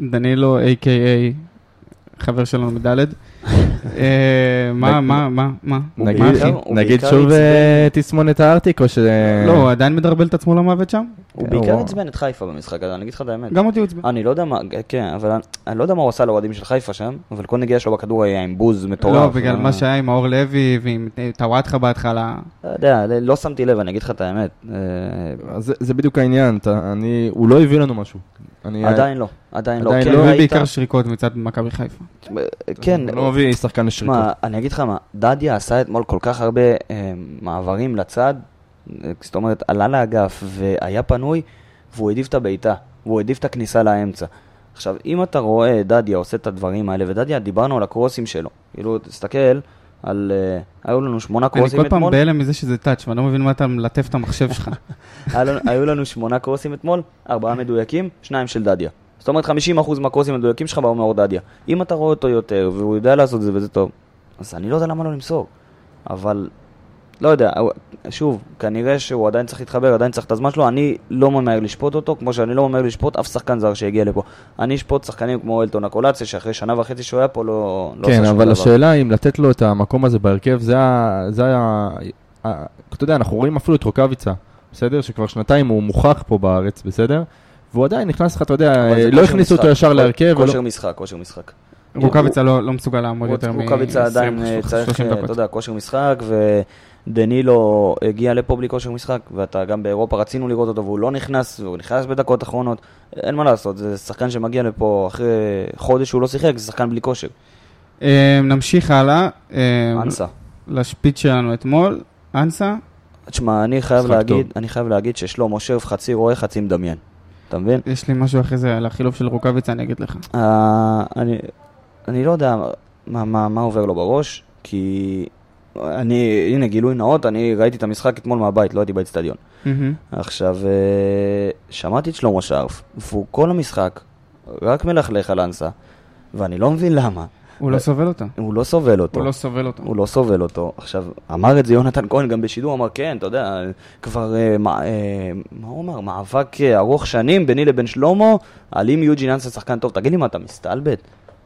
S3: דנילו, A.K.A. חבר שלנו מדלת. אה, מה, מה, מה, מה?
S1: הוא
S2: נגיד-
S1: בעיקר- הוא
S2: נגיד
S1: בעיקר
S2: שוב
S1: עצבן-
S2: אה, תסמונת הארטיק, או ש...
S1: אה,
S3: לא, הוא עדיין מדרבל את עצמו למוות שם?
S1: הוא
S2: כן,
S1: בעיקר
S2: הוא-
S1: עצבן את חיפה במשחק הזה, אני אגיד לך את האמת.
S3: גם אותי הוא עצבן.
S1: אני לא יודע מה, כן, אבל אני- אני לא יודע מה הוא עשה לאוהדים של חיפה שם, אבל כל נגיעה שלו בכדור היה עם בוז מטורף.
S3: לא, בגלל מה
S1: אה,
S3: שהיה עם מאור לוי ועם אה, טוואטחה בהתחלה.
S1: לא יודע, לא שמתי לב, אני אגיד לך את האמת. אה,
S2: אז זה, זה בדיוק העניין, אתה, אני, הוא לא הביא לנו משהו. אני,
S1: עדיין לא, עדיין לא.
S2: עדיין
S1: כן
S2: לא,
S3: היו
S1: ראית-
S3: בעיקר שריקות מצד מכבי חיפה.
S1: כן,
S2: הוא לא מביא שחקן לשריקות.
S1: שמע, אני אגיד לך מה, דדיה עשה אתמול כל כך הרבה אה, מעברים לצד, אה, זאת אומרת, עלה לאגף והיה פנוי, והוא העדיף את הבעיטה, והוא העדיף את הכניסה לאמצע. עכשיו, אם אתה רואה את דדיה עושה את הדברים האלה, ודדיה, דיברנו על הקרוסים שלו, כאילו, תסתכל על... אה, היו לנו שמונה
S3: אני
S1: קרוסים
S3: כל פעם
S1: אתמול,
S3: בהלם מזה שזה טאץ', ואני לא מבין מה אתה מלטף את המחשב שלך.
S1: היה לנו- היו לנו שמונה קרוסים אתמול, ארבעה מדויקים, שניים של דדיה. זאת אומרת, 50% מהקרוסים המדויקים שלך באו מאור דדיה. אם אתה רואה אותו יותר, והוא יודע לעשות את זה וזה טוב, אז אני לא יודע למה לא למסור. אבל, לא יודע, הוא- שוב, כנראה שהוא עדיין צריך להתחבר, עדיין צריך את הזמן שלו, אני לא ממהר לשפוט אותו, כמו שאני לא ממהר לשפוט אף שחקן זר שיגיע לפה. אני אשפוט שחקנים כמו אלטון הקולציה, שאחרי שנה וחצי שהוא היה פה לא, לא
S2: כן,
S1: עשה שום
S2: אבל
S1: דבר.
S2: השאלה אם לתת לו את המקום הזה בהרכב, זה ה... זה ה... ה- אתה יודע, אנחנו רואים אפילו את רוקאביצה, בסדר? שכבר שנתיים הוא מוכח פה בארץ, בסדר? והוא עדיין נכנס לך, אתה יודע,
S1: אבל זה
S2: לא
S1: כושר
S2: הכניסו אותו
S1: משחק,
S2: ישר
S1: כושר-
S2: להרכב. ולא-
S1: כושר משחק, כושר משחק.
S3: רוקאביצה לא לא מסוגל לעמוד יותר מ-20
S1: רוקאביצה עדיין אה, צריך, אה, אתה
S3: דקות.
S1: יודע, כושר משחק, ודנילו הגיע לפה בלי כושר משחק, ואתה גם באירופה רצינו לראות אותו והוא לא נכנס, והוא נכנס בדקות אחרונות, אין מה לעשות, זה שחקן שמגיע לפה אחרי חודש שהוא לא שיחק, זה שחקן בלי כושר,
S3: אה, נמשיך הלאה. אה,
S1: אנסה.
S3: לשפיץ שלנו אתמול, אנסה.
S1: תשמע, אני חייב
S2: משחק
S1: להגיד,
S2: טוב.
S1: אני חייב להגיד ששלמה שרף חצי רואה, חצי מדמיין, אתה מבין?
S3: יש לי משהו אחרי זה על החילוף של רוקאביצה, אני אגיד לך.
S1: אה, אני, אני לא יודע מה, מה, מה עובר לו בראש, כי אני, הנה גילוי נאות, אני ראיתי את המשחק אתמול מהבית, לא הייתי באצטדיון.
S3: מהמם.
S1: עכשיו, אה, שמעתי את שלמה שרף, והוא כל המשחק רק מלכלך על אנסה, ואני לא מבין למה.
S3: הוא לא סובל אותה.
S1: הוא לא סובל אותו.
S3: הוא לא סובל אותה.
S1: הוא לא סובל אותו. עכשיו, אמר את זה יונתן כהן גם בשידור, אמר, כן, אתה יודע, כבר, אה, מה, אה, מה הוא אמר? מאבק אה, ארוך שנים ביני לבין שלמה, על אם יוג'ין אנסה שחקן טוב. תגיד לי, מה, אתה מסתלבט?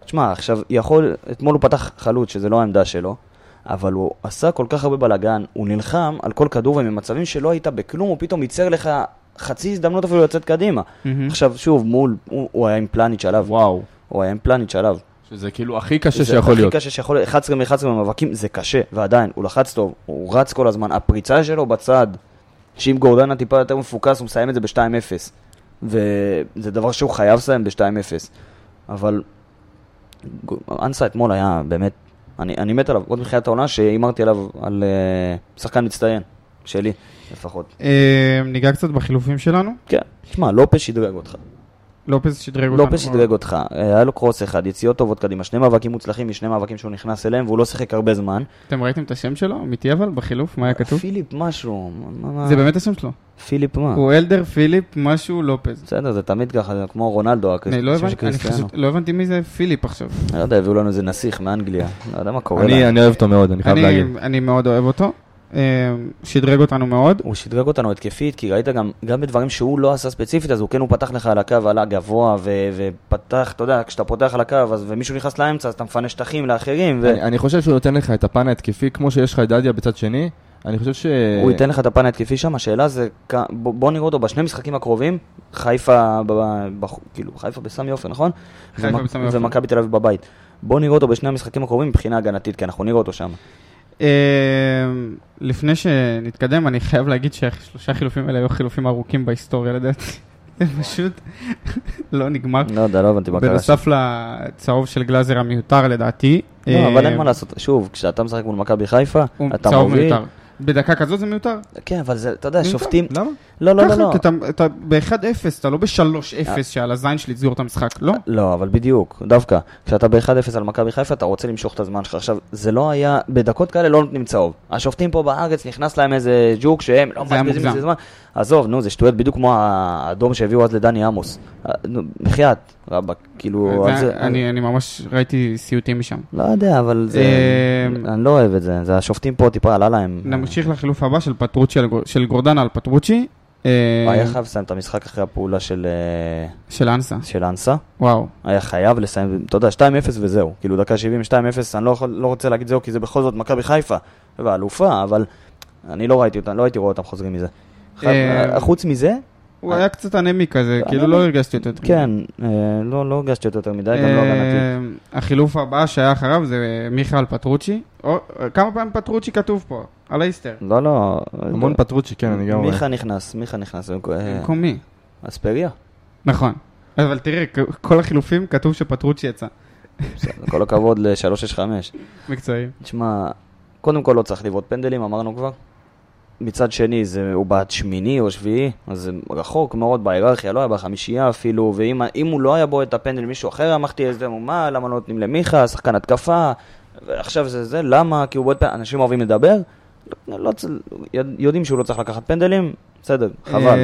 S1: תשמע, עכשיו, יכול, אתמול הוא פתח חלוץ, שזה לא העמדה שלו, אבל הוא עשה כל כך הרבה בלאגן, הוא נלחם על כל כדור, וממצבים שלא היית בכלום, הוא פתאום ייצר לך חצי הזדמנות אפילו לצאת קדימה.
S3: מהמם.
S1: עכשיו, שוב, מול, הוא, הוא היה עם פלניץ' עליו,
S2: וואו,
S1: הוא היה עם פלניץ' עליו.
S2: שזה כאילו הכי קשה
S1: זה
S2: שיכול להיות.
S1: הכי קשה שיכול להיות, 11 מ-11 במאבקים זה קשה, ועדיין, הוא לחץ טוב, הוא רץ כל הזמן, הפריצה שלו בצד, שאם גורדנה טיפה יותר מפוקס, הוא מסיים את זה ב-2-0. וזה דבר שהוא חייב לסיים ב-2-0. אבל גו- אנסה אתמול היה באמת, אני, אני מת עליו, עוד מתחילת העונה שהימרתי עליו על uh, שחקן מצטיין, שלי לפחות.
S3: אה, ניגע קצת בחילופים שלנו.
S1: כן, תשמע, לופס שדרג אותך.
S3: לופז שדרג נכון. אותנו.
S1: לופס שדרג אותך, אה, היה לו קרוס אחד, יציאות טובות קדימה, שני מאבקים מוצלחים משני מאבקים שהוא נכנס אליהם והוא לא שיחק הרבה זמן.
S3: אתם ראיתם את השם שלו? אמיתי אבל? בחילוף? מה היה כתוב?
S1: פיליפ משהו, מה- מה-
S3: זה באמת השם שלו.
S1: פיליפ מה?
S3: הוא אלדר פיליפ משהו לופז.
S1: בסדר, זה תמיד ככה, זה כמו רונלדו, הכ-
S3: אני לא
S1: השם של
S3: הבנתי- אני
S1: קריסטיאנו.
S3: פשוט לא הבנתי מי זה פיליפ עכשיו.
S1: לא יודע, הביאו לנו איזה נסיך מאנגליה, לא יודע מה קורה
S2: אני-
S1: להם.
S2: אני אוהב אותו מאוד, אני חייב
S3: אני-
S2: להגיד.
S3: אני מאוד אוהב אותו. אה, שדרג אותנו מאוד.
S1: הוא שדרג אותנו התקפית, כי ראית גם, גם בדברים שהוא לא עשה ספציפית, אז הוא כן, הוא פתח לך על הקו, עלה גבוה, ו- ופתח, אתה יודע, כשאתה פותח על הקו, אז ומישהו נכנס לאמצע, אז אתה מפנה שטחים לאחרים,
S2: אני- אני חושב שהוא נותן לך את הפן ההתקפי, כמו שיש לך את דדיה בצד שני. אני חושב ש...
S3: אה.
S1: והוא ייתן לך את הפן ההתקפי שם, השאלה זה, כ- בוא בוא נראה אותו בשני משחקים הקרובים, חיפה, ב- ב- בח- כאילו, חיפה בסמי עופר, נכון?
S3: חיפה
S1: ומכ-
S3: בסמי עופר.
S1: ומכבי תל אביב בבית. בוא נראה אותו בשני המשחקים הקרובים מבחינה הגנתית, כי אנחנו נראה אותו שם.
S3: אה, לפני שנתקדם, אני חייב להגיד שהשלושה חילופים האלה היו החילופים הארוכים בהיסטוריה לדעתי. זה פשוט לא נגמר.
S1: לא יודע, לא הבנתי מה קרה. שם.
S3: בנוסף לצהוב של גלאזר המיותר לדעתי.
S1: לא,
S3: אה,
S1: אבל אין מה לעשות, שוב, כשאתה משחק מול מכבי חיפה,
S3: הוא
S1: אתה
S3: צהוב
S1: מוביל.
S3: מיותר. בדקה כזאת זה מיותר?
S1: כן, אבל זה, אתה יודע,
S3: מיותר.
S1: שופטים...
S2: למה?
S1: לא, לא, לא,
S3: ככה,
S1: לא. אה.
S3: כי אתה- אתה ב-1-0, אתה לא ב-3-0 שעל הזין שלי תסגור את המשחק, לא?
S1: לא, אבל בדיוק, דווקא, כשאתה ב-1-0 על מכבי חיפה, אתה רוצה למשוך את הזמן שלך. עכשיו, זה לא היה, בדקות כאלה לא נותנים צהוב. השופטים פה בארץ, נכנס להם איזה ג'וק שהם לא
S3: זה היה
S1: מבזבזים
S3: מוגזם.
S1: מזה זמן. עזוב, נו, זה שטויות בדיוק כמו האדום שהביאו אז לדני עמוס. אה, נו, בחייאת, רבאק, כאילו,
S3: זה-
S1: על זה...
S3: אני אני ממש ראיתי סיוטים משם.
S1: לא יודע, אבל זה...
S3: אה,
S1: אני לא אוהב את זה, זה השופטים פה טיפה עלה להם.
S3: נמשיך לחילוף הבא של פטרוצ'י, על גור- של גורדנה על פטרוצ'י. אה,
S1: הוא היה חייב לסיים את המשחק אחרי הפעולה של, אה,
S3: של אנסה.
S1: של אנסה.
S3: וואו.
S1: היה חייב לסיים, אתה יודע, 2-0 וזהו. כאילו, דקה 70, 2-0, אני לא, יכול, לא רוצה להגיד זהו, כי זה בכל זאת מכבי חיפה. ואלופה, אבל אני לא ראיתי אותם, לא הייתי רואה אותם חוזרים מזה. חד-
S3: אה,
S1: חוץ מזה,
S3: הוא היה קצת אנמי כזה, כאילו
S1: אנמי.
S3: לא הרגשתי אותו. יותר מדי.
S1: כן, אה, לא לא הרגשתי אותו יותר מדי, גם לא הגנתי.
S3: אה, החילוף הבא שהיה אחריו זה מיכאל פטרוצ'י. או, כמה פעמים פטרוצ'י כתוב פה? על אייסטר.
S1: לא, לא.
S2: המון פטרוצ'י, כן, אני גם רואה.
S1: מיכה נכנס, מיכה נכנס. אה,
S3: במקום מי?
S1: אספריה?
S3: נכון. אבל תראה, כ- כל החילופים כתוב שפטרוצ'י יצא.
S1: בסדר, כל הכבוד ל-365.
S3: מקצועיים.
S1: תשמע, קודם כל לא צריך לבעוט פנדלים, אמרנו כבר. מצד שני, זה, הוא בעט שמיני או שביעי, אז זה רחוק מאוד בהיררכיה, לא היה בחמישייה אפילו, ואם אם הוא לא היה בועט את הפנדל, מישהו אחר היה מחטיא איזה מה, למה לא נותנים למיכה, שחקן התקפה, ועכשיו זה זה, למה? כי הוא בועט פנדל, אנשים אוהבים לדבר, לא, לא, צ- יד- יודעים שהוא לא צריך לקחת פנדלים, בסדר, חבל.
S3: אה,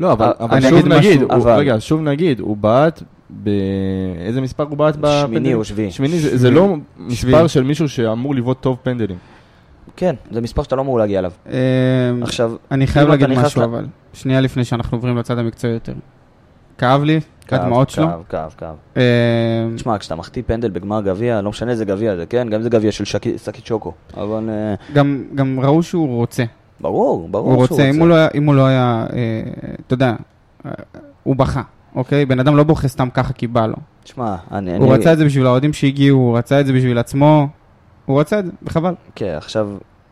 S2: לא, אבל,
S1: אה,
S2: אבל
S1: אני
S2: שוב
S1: אגיד
S2: נגיד,
S1: משהו,
S2: הוא,
S1: אבל-
S2: רגע, שוב נגיד, הוא בעט ב... איזה מספר הוא בעט בפנדלים?
S1: שמיני או שביעי.
S2: שמיני, זה, זה לא
S3: שביעי.
S2: מספר של מישהו שאמור לבעוט טוב פנדלים.
S1: כן, זה מספר שאתה לא אמור להגיע אליו.
S3: אה,
S1: עכשיו,
S3: אני חייב
S1: אם אתה
S3: להגיד
S1: נכנס
S3: משהו
S1: ל-
S3: אבל. שנייה לפני שאנחנו עוברים לצד המקצועי יותר. כאב לי, הדמעות שלו.
S1: כאב, כאב, כאב.
S3: אה,
S1: תשמע, כשאתה מחטיא פנדל בגמר גביע, לא משנה איזה גביע זה, כן? גם אם זה גביע של שקי- שקית שוקו. אבל אה,
S3: גם- גם ראו שהוא רוצה.
S1: ברור, ברור
S3: הוא
S1: שהוא
S3: רוצה, אם הוא לא היה- אם הוא לא היה, אה, אתה יודע, אה, הוא בכה, אוקיי? בן אדם לא בוכה סתם ככה כי בא לו.
S1: תשמע, אני...
S3: לא- הוא
S1: אני-
S3: רצה את זה בשביל האוהדים שהגיעו, הוא רצה את זה בשביל עצמו, הוא רצה את זה, וחבל.
S1: כן, עכשיו,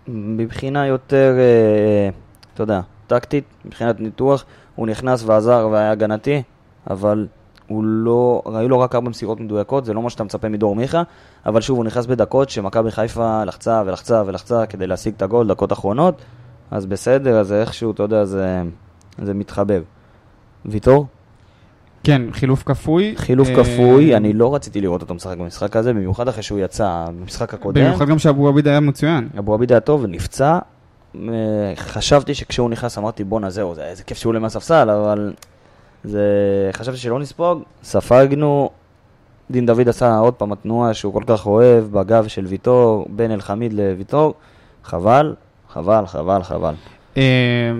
S1: מבחינה יותר, אה, אתה יודע, טקטית, מבחינת ניתוח, הוא נכנס ועזר והיה הגנתי, אבל הוא לא, היו לו רק ארבע מסירות מדויקות, זה לא מה שאתה מצפה מדור מיכה, אבל שוב, הוא נכנס בדקות שמכבי חיפה לחצה ולחצה ולחצה כדי להשיג את הגול, דקות אחרונות, אז בסדר, אז איכשהו, אתה יודע, זה, זה מתחבב. ויטור?
S3: כן, חילוף כפוי.
S1: חילוף
S3: אה,
S1: כפוי, אני לא רציתי לראות אותו משחק במשחק הזה, במיוחד אחרי שהוא יצא במשחק הקודם.
S3: במיוחד גם שאבו עביד היה מצוין.
S1: אבו עביד היה טוב, נפצע. אה, חשבתי שכשהוא נכנס אמרתי בואנה זהו, זה, איזה כיף שהוא עולה מהספסל, אבל זה... חשבתי שלא נספוג, ספגנו. דין דוד עשה עוד פעם התנועה שהוא כל כך אוהב בגב של ויטור, בין אלחמיד לויטור. חבל, חבל, חבל, חבל.
S3: אה,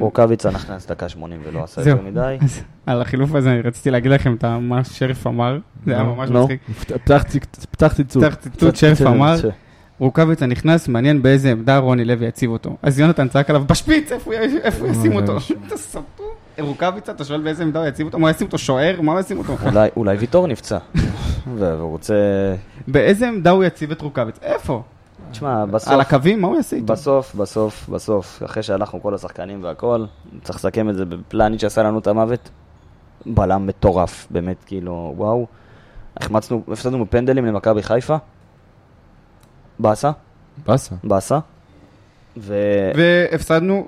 S1: רוקאביצה נכנס דקה 80 ולא עשה
S3: זהו.
S1: יותר מדי.
S3: אז על החילוף הזה אני רציתי להגיד לכם את מה ששריף אמר, זה היה
S2: נו,
S3: ממש
S1: נו.
S3: מצחיק.
S2: פתח ציק- פתח ציטוט.
S3: צריך ציטוט שריף אמר, רוקאביצה נכנס, מעניין באיזה עמדה רוני לוי יציב אותו. אז יונתן צעק עליו, בשפיץ, איפה הוא י-
S1: לא
S3: איפה הוא ישים אותו? אתה ספור? רוקאביצה, אתה שואל באיזה עמדה הוא יציב אותו? מה הוא ישים אותו? שוער? מה הוא ישים אותו?
S1: אולי, אולי ויטור נפצע, והוא רוצה...
S3: באיזה עמדה הוא יציב את רוקאביצה? איפה?
S1: תשמע, בסוף...
S3: על הקווים? מה הוא יעשה איתו?
S1: בסוף, בסוף, בסוף, אחרי שהלכנו כל השחקנים והכל, צריך לסכם את זה בפלניץ' שעשה לנו את המוות. בלם מטורף, באמת, כאילו, וואו. החמצנו, הפסדנו בפנדלים למכבי חיפה. באסה,
S2: באסה.
S1: באסה. ו...
S3: והפסדנו,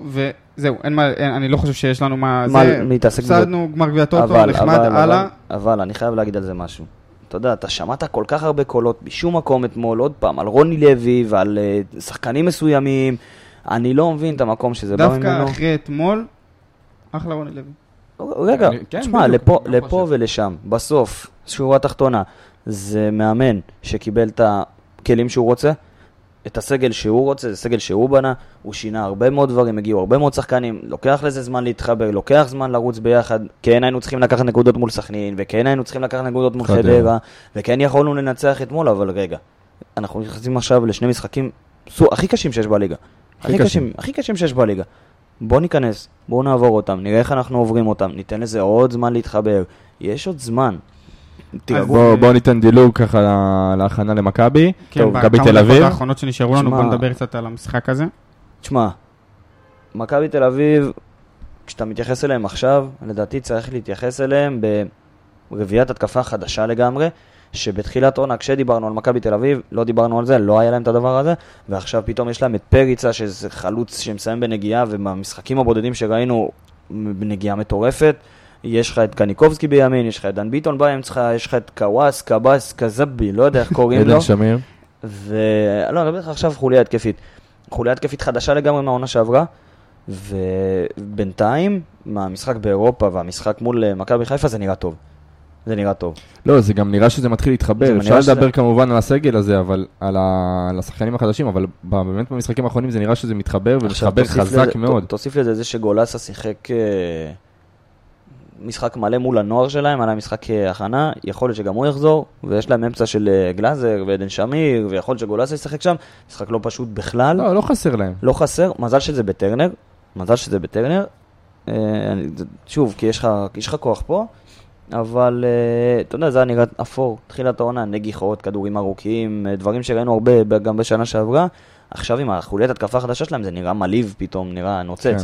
S3: וזהו, אין מה, אין- אני לא חושב שיש לנו מה...
S1: מה
S3: זה.
S1: להתעסק בזה.
S3: הפסדנו, גמר גביע טוטו, נחמד, הלאה.
S1: אבל, אבל אני חייב להגיד על זה משהו. אתה יודע, אתה שמעת כל כך הרבה קולות בשום מקום אתמול, עוד פעם, על רוני לוי ועל אה, שחקנים מסוימים. אני לא מבין את המקום שזה בא ממנו.
S3: דווקא אחרי אתמול, אחלה רוני לוי.
S1: רגע,
S2: אני- כן,
S1: תשמע,
S2: בדיוק,
S1: לפה,
S2: אני גם
S1: לפה
S2: חושב.
S1: ולשם, בסוף, שורה תחתונה, זה מאמן שקיבל את הכלים שהוא רוצה, את הסגל שהוא רוצה, זה סגל שהוא בנה, הוא שינה הרבה מאוד דברים, הגיעו הרבה מאוד שחקנים, לוקח לזה זמן להתחבר, לוקח זמן לרוץ ביחד, כן היינו צריכים לקחת נקודות מול סכנין, וכן היינו צריכים לקחת נקודות מול
S2: חדרה.
S1: חדרה, וכן יכולנו לנצח אתמול, אבל רגע, אנחנו נכנסים עכשיו לשני משחקים סו- הכי קשים שיש בליגה. הכי
S2: קשים.
S1: קשים, הכי קשים שיש בליגה. בוא ניכנס, בוא נעבור אותם, נראה איך אנחנו עוברים אותם, ניתן לזה עוד זמן להתחבר, יש עוד זמן. תירגעו.
S2: בוא בוא ניתן דילוג ככה ל- להכנה למכבי. טוב, מכבי תל
S3: בכמה
S2: אביב.
S3: כן, דקות האחרונות שנשארו לנו,
S1: שמע,
S3: בוא נדבר קצת על המשחק הזה.
S1: תשמע, מכבי תל אביב, כשאתה מתייחס אליהם עכשיו, לדעתי צריך להתייחס אליהם ברביעיית התקפה חדשה לגמרי, שבתחילת עונה כשדיברנו על מכבי תל אביב, לא דיברנו על זה, לא היה להם את הדבר הזה, ועכשיו פתאום יש להם את פריצה, שזה חלוץ שמסיים בנגיעה, ובמשחקים הבודדים שראינו, בנגיעה מטורפת. יש לך את קניקובסקי בימין, יש לך את דן ביטון באמצע, יש לך את קוואס, קבאס, קזבי, לא יודע איך קוראים לו.
S2: עדן שמיר.
S1: ו... לא, אני מדבר איתך עכשיו חוליה התקפית. חוליה התקפית חדשה לגמרי מהעונה שעברה, ובינתיים, מהמשחק באירופה והמשחק מול אה, מכבי חיפה זה נראה טוב. זה נראה טוב.
S2: לא, זה גם נראה שזה
S1: זה
S2: מתחיל להתחבר. אפשר
S1: נראה שזה-
S2: לדבר כמובן על הסגל הזה, אבל על ה- על השחקנים החדשים, אבל ב- באמת במשחקים האחרונים זה נראה שזה מתחבר,
S1: עכשיו
S2: ומתחבר
S1: תוסיף
S2: חזק
S1: לזה- ת-
S2: מאוד.
S1: תוסיף לזה זה שגולסה שיחק אה, משחק מלא מול הנוער שלהם, היה להם משחק אה, הכנה, יכול להיות שגם הוא יחזור, ויש להם אמצע של אה, גלאזר ועדן שמיר, ויכול להיות שגולסה ישחק שם, משחק לא פשוט בכלל,
S2: לא, לא חסר להם.
S3: כן.
S1: לא חסר, מזל שזה בטרנר, מזל שזה בטרנר, אה, אני- זה- שוב, כי יש לך, יש לך כוח פה. אבל אה, אתה יודע, זה היה נראה אפור, תחילת העונה, נגיחות, כדורים ארוכים, אה, דברים שראינו הרבה ב- גם בשנה שעברה. עכשיו עם החוליית התקפה החדשה שלהם זה נראה מלהיב פתאום, נראה נוצץ.
S2: כן.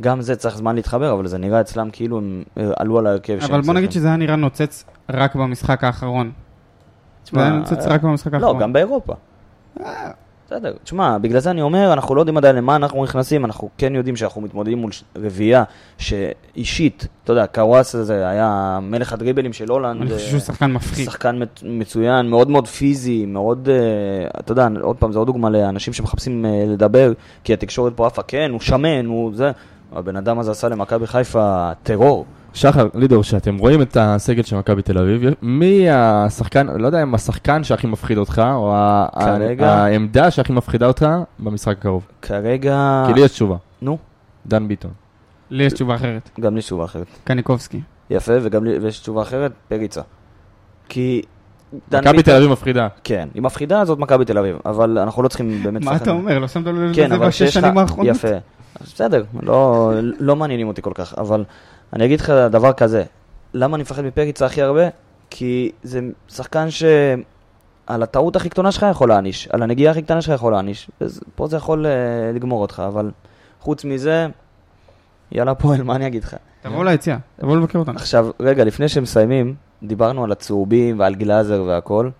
S1: גם זה צריך זמן להתחבר, אבל זה נראה אצלם כאילו הם אה, עלו על ההרכב שהם
S3: אבל בוא נגיד
S1: צריכים.
S3: שזה היה נראה נוצץ רק במשחק האחרון.
S1: תשמע,
S3: זה היה נוצץ
S1: אה,
S3: רק במשחק האחרון.
S1: לא, גם באירופה. אה, בסדר, תשמע, בגלל זה אני אומר, אנחנו לא יודעים עדיין למה אנחנו נכנסים, אנחנו כן יודעים שאנחנו מתמודדים מול ש- רביעייה שאישית, אתה יודע, קוואס הזה היה מלך הדריבלים של הולנד.
S3: אני חושב
S1: אה,
S3: שהוא שחקן מפחיד.
S1: שחקן מצ- מצוין, מאוד מאוד פיזי, מאוד, אה, אתה יודע, עוד פעם, זו עוד דוגמה לאנשים שמחפשים אה, לדבר, כי התקשורת פה עפה, כן, הוא שמן, הוא זה. הבן אדם הזה עשה למכבי חיפה טרור.
S2: שחר, לידור, שאתם רואים את הסגל של מכבי תל אביב, מי השחקן, לא יודע אם השחקן שהכי מפחיד אותך, או ה-
S1: כרגע?
S2: ה- העמדה שהכי מפחידה אותך במשחק הקרוב?
S1: כרגע...
S2: כי לי כאילו יש תשובה,
S1: אה. נו,
S2: דן ביטון.
S3: לי יש תשובה אחרת.
S1: גם לי תשובה אחרת.
S3: קניקובסקי.
S1: יפה, וגם לי יש תשובה אחרת, פריצה. כי... דן
S2: מכבי
S1: ביטון-
S2: תל אביב מפחידה.
S1: כן, היא מפחידה, זאת מכבי תל אביב, אבל אנחנו לא צריכים באמת...
S3: מה
S1: לפחד.
S3: אתה אומר? לא שמת לב
S1: כן,
S3: לזה
S1: אבל
S3: בשש
S1: שיש לך...
S3: שנים האחרונות?
S1: יפה. אז בסדר, לא, לא מעניינים אותי כל כך, אבל אני אגיד לך דבר כזה, למה אני מפחד מפריצה הכי הרבה? כי זה שחקן ש... על הטעות הכי קטנה שלך יכול להעניש, על הנגיעה הכי קטנה שלך יכול להעניש, אז פה זה יכול אה, לגמור אותך, אבל חוץ מזה, יאללה פועל, מה אני אגיד לך?
S3: תבואו ליציאה, תבואו לבקר אותנו.
S1: עכשיו, רגע, לפני שמסיימים, דיברנו על הצהובים ועל גלאזר והכל.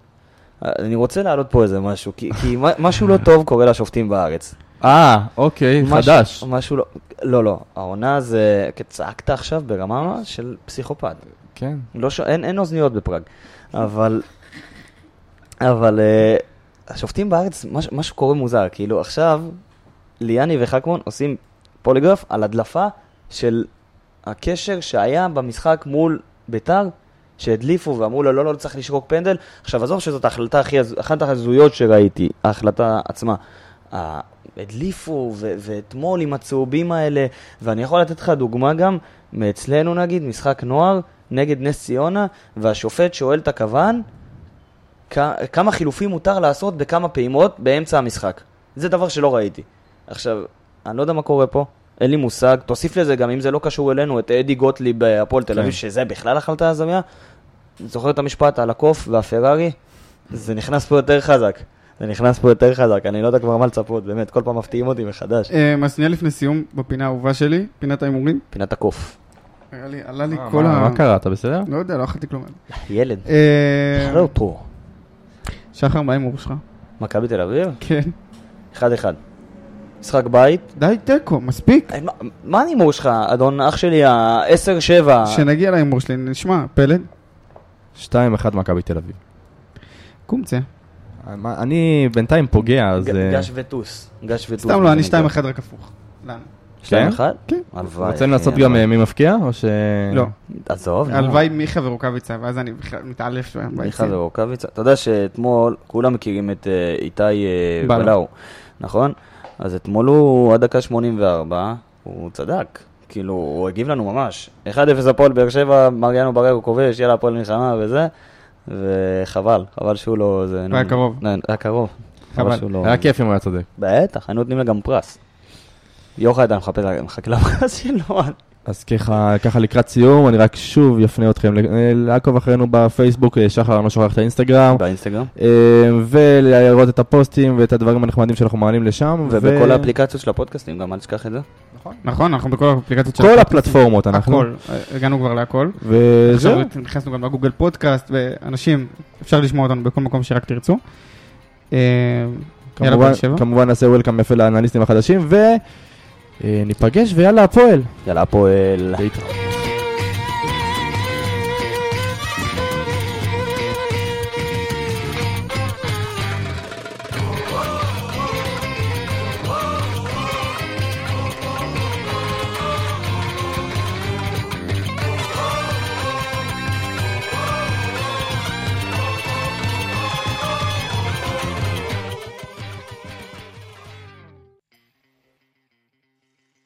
S1: אני רוצה להעלות פה איזה משהו, כי, כי מה- משהו לא טוב קורה לשופטים בארץ.
S2: אה, אוקיי,
S1: משהו-
S2: חדש.
S1: משהו לא... לא, לא. העונה זה... צעקת עכשיו ברמה של פסיכופת.
S2: כן.
S1: לא ש... אין, אין אוזניות בפראג. אבל... אבל אה, השופטים בארץ, מש, משהו קורה מוזר. כאילו, עכשיו ליאני וחכמון עושים פוליגרף על הדלפה של הקשר שהיה במשחק מול ביתר, שהדליפו ואמרו לו, לא, לא, לא צריך לשרוק פנדל. עכשיו, עזוב שזאת ההחלטה הכי, הז- אחת ההזויות שראיתי, ההחלטה עצמה. ה- הדליפו, ו- ואתמול עם הצהובים האלה, ואני יכול לתת לך דוגמה גם, מאצלנו נגיד, משחק נוער נגד נס ציונה, והשופט שואל את הכוון, כ- כמה חילופים מותר לעשות בכמה פעימות באמצע המשחק. זה דבר שלא ראיתי. עכשיו, אני לא יודע מה קורה פה, אין לי מושג. תוסיף לזה גם, אם זה לא קשור אלינו, את אדי גוטליב בהפועל תל אביב,
S2: כן.
S1: שזה בכלל החלטה הזויה. זוכר את המשפט על הקוף והפרארי? זה נכנס פה יותר חזק. זה נכנס פה יותר חזק, אני לא יודע כבר מה לצפות, באמת, כל פעם מפתיעים אותי מחדש.
S3: אמ, אז שנייה לפני סיום, בפינה האהובה שלי, פינת ההימורים.
S1: פינת הקוף.
S3: נראה לי, עלה לי
S2: אה, מה-
S3: כל ה...
S2: מה קרה, אתה בסדר?
S3: לא יודע, לא אכלתי כלום.
S1: ילד.
S3: אה,
S1: תראה אותו.
S3: שחר, מה ההימור שלך?
S1: מכבי תל אביב?
S3: כן.
S1: אחד אחד. משחק בית?
S3: די, תיקו, מספיק.
S1: אה, מה- מה ההימור שלך, אדון אח שלי, ה-10-7?
S3: שנגיע להימור שלי, נשמע, פלד,
S2: 2-1 מכבי תל אביב. אה,
S3: קומצה.
S2: מה, אני בינתיים פוגע, אז... אה,
S1: גש וטוס. גש וטוס.
S3: סתם לא, אני
S1: נגד.
S3: 2-1 רק הפוך. לנו.
S1: שתיים
S2: כן?
S1: אחד?
S3: כן.
S1: הלוואי.
S2: רוצים לעשות
S1: אה,
S2: גם
S1: הלוואי.
S2: אה, מי מפקיע, או ש...
S3: לא.
S1: עזוב. נו.
S3: הלוואי מיכה ורוקאביצה, ואז אני בכלל מתעלף שם.
S1: מיכה ורוקאביצה. אתה יודע שאתמול, כולם מכירים את אה, איתי אה,
S3: בלאו.
S1: בלאו, נכון? אז אתמול הוא עד דקה 84, הוא צדק. כאילו, הוא הגיב לנו ממש. 1-0 הפועל באר שבע, מריאנו בררו כובש, יאללה הפועל מלחמה וזה. וחבל, חבל שהוא לא... זה-
S3: היה קרוב.
S1: לא, היה קרוב.
S3: חבל.
S1: שהוא לא...
S2: היה כיף אם הוא היה צודק.
S1: בטח, היינו נותנים לה גם פרס. יוחאי, אתה מחכה מחכה לפרס שלו.
S2: אז ככה, ככה לקראת סיום, אני רק שוב יפנה אתכם ל- אה, לעקוב אחרינו בפייסבוק, אה, שחר, אני לא שוכח את האינסטגרם,
S1: באינסטגרם.
S2: אה, ולראות את הפוסטים ואת הדברים הנחמדים שאנחנו מעלים לשם. ו-
S1: ובכל האפליקציות של הפודקאסטים, גם אל תשכח את זה.
S3: נכון, אנחנו בכל האפליקציות של
S2: כל
S3: הפודקאסט.
S2: הפלטפורמות אנחנו.
S3: הכל, אה, הגענו כבר להכל. עכשיו
S2: וזהו.
S3: נכנסנו גם לגוגל פודקאסט, ואנשים, אפשר לשמוע אותנו בכל מקום שרק תרצו. אה, יאללה,
S2: כמובן-
S3: באר שבע.
S2: כמובן נעשה וולקאם יפה לאנליסטים החדשים, וניפגש אה, ויאללה הפועל.
S1: יאללה, הפועל.
S2: להתראות.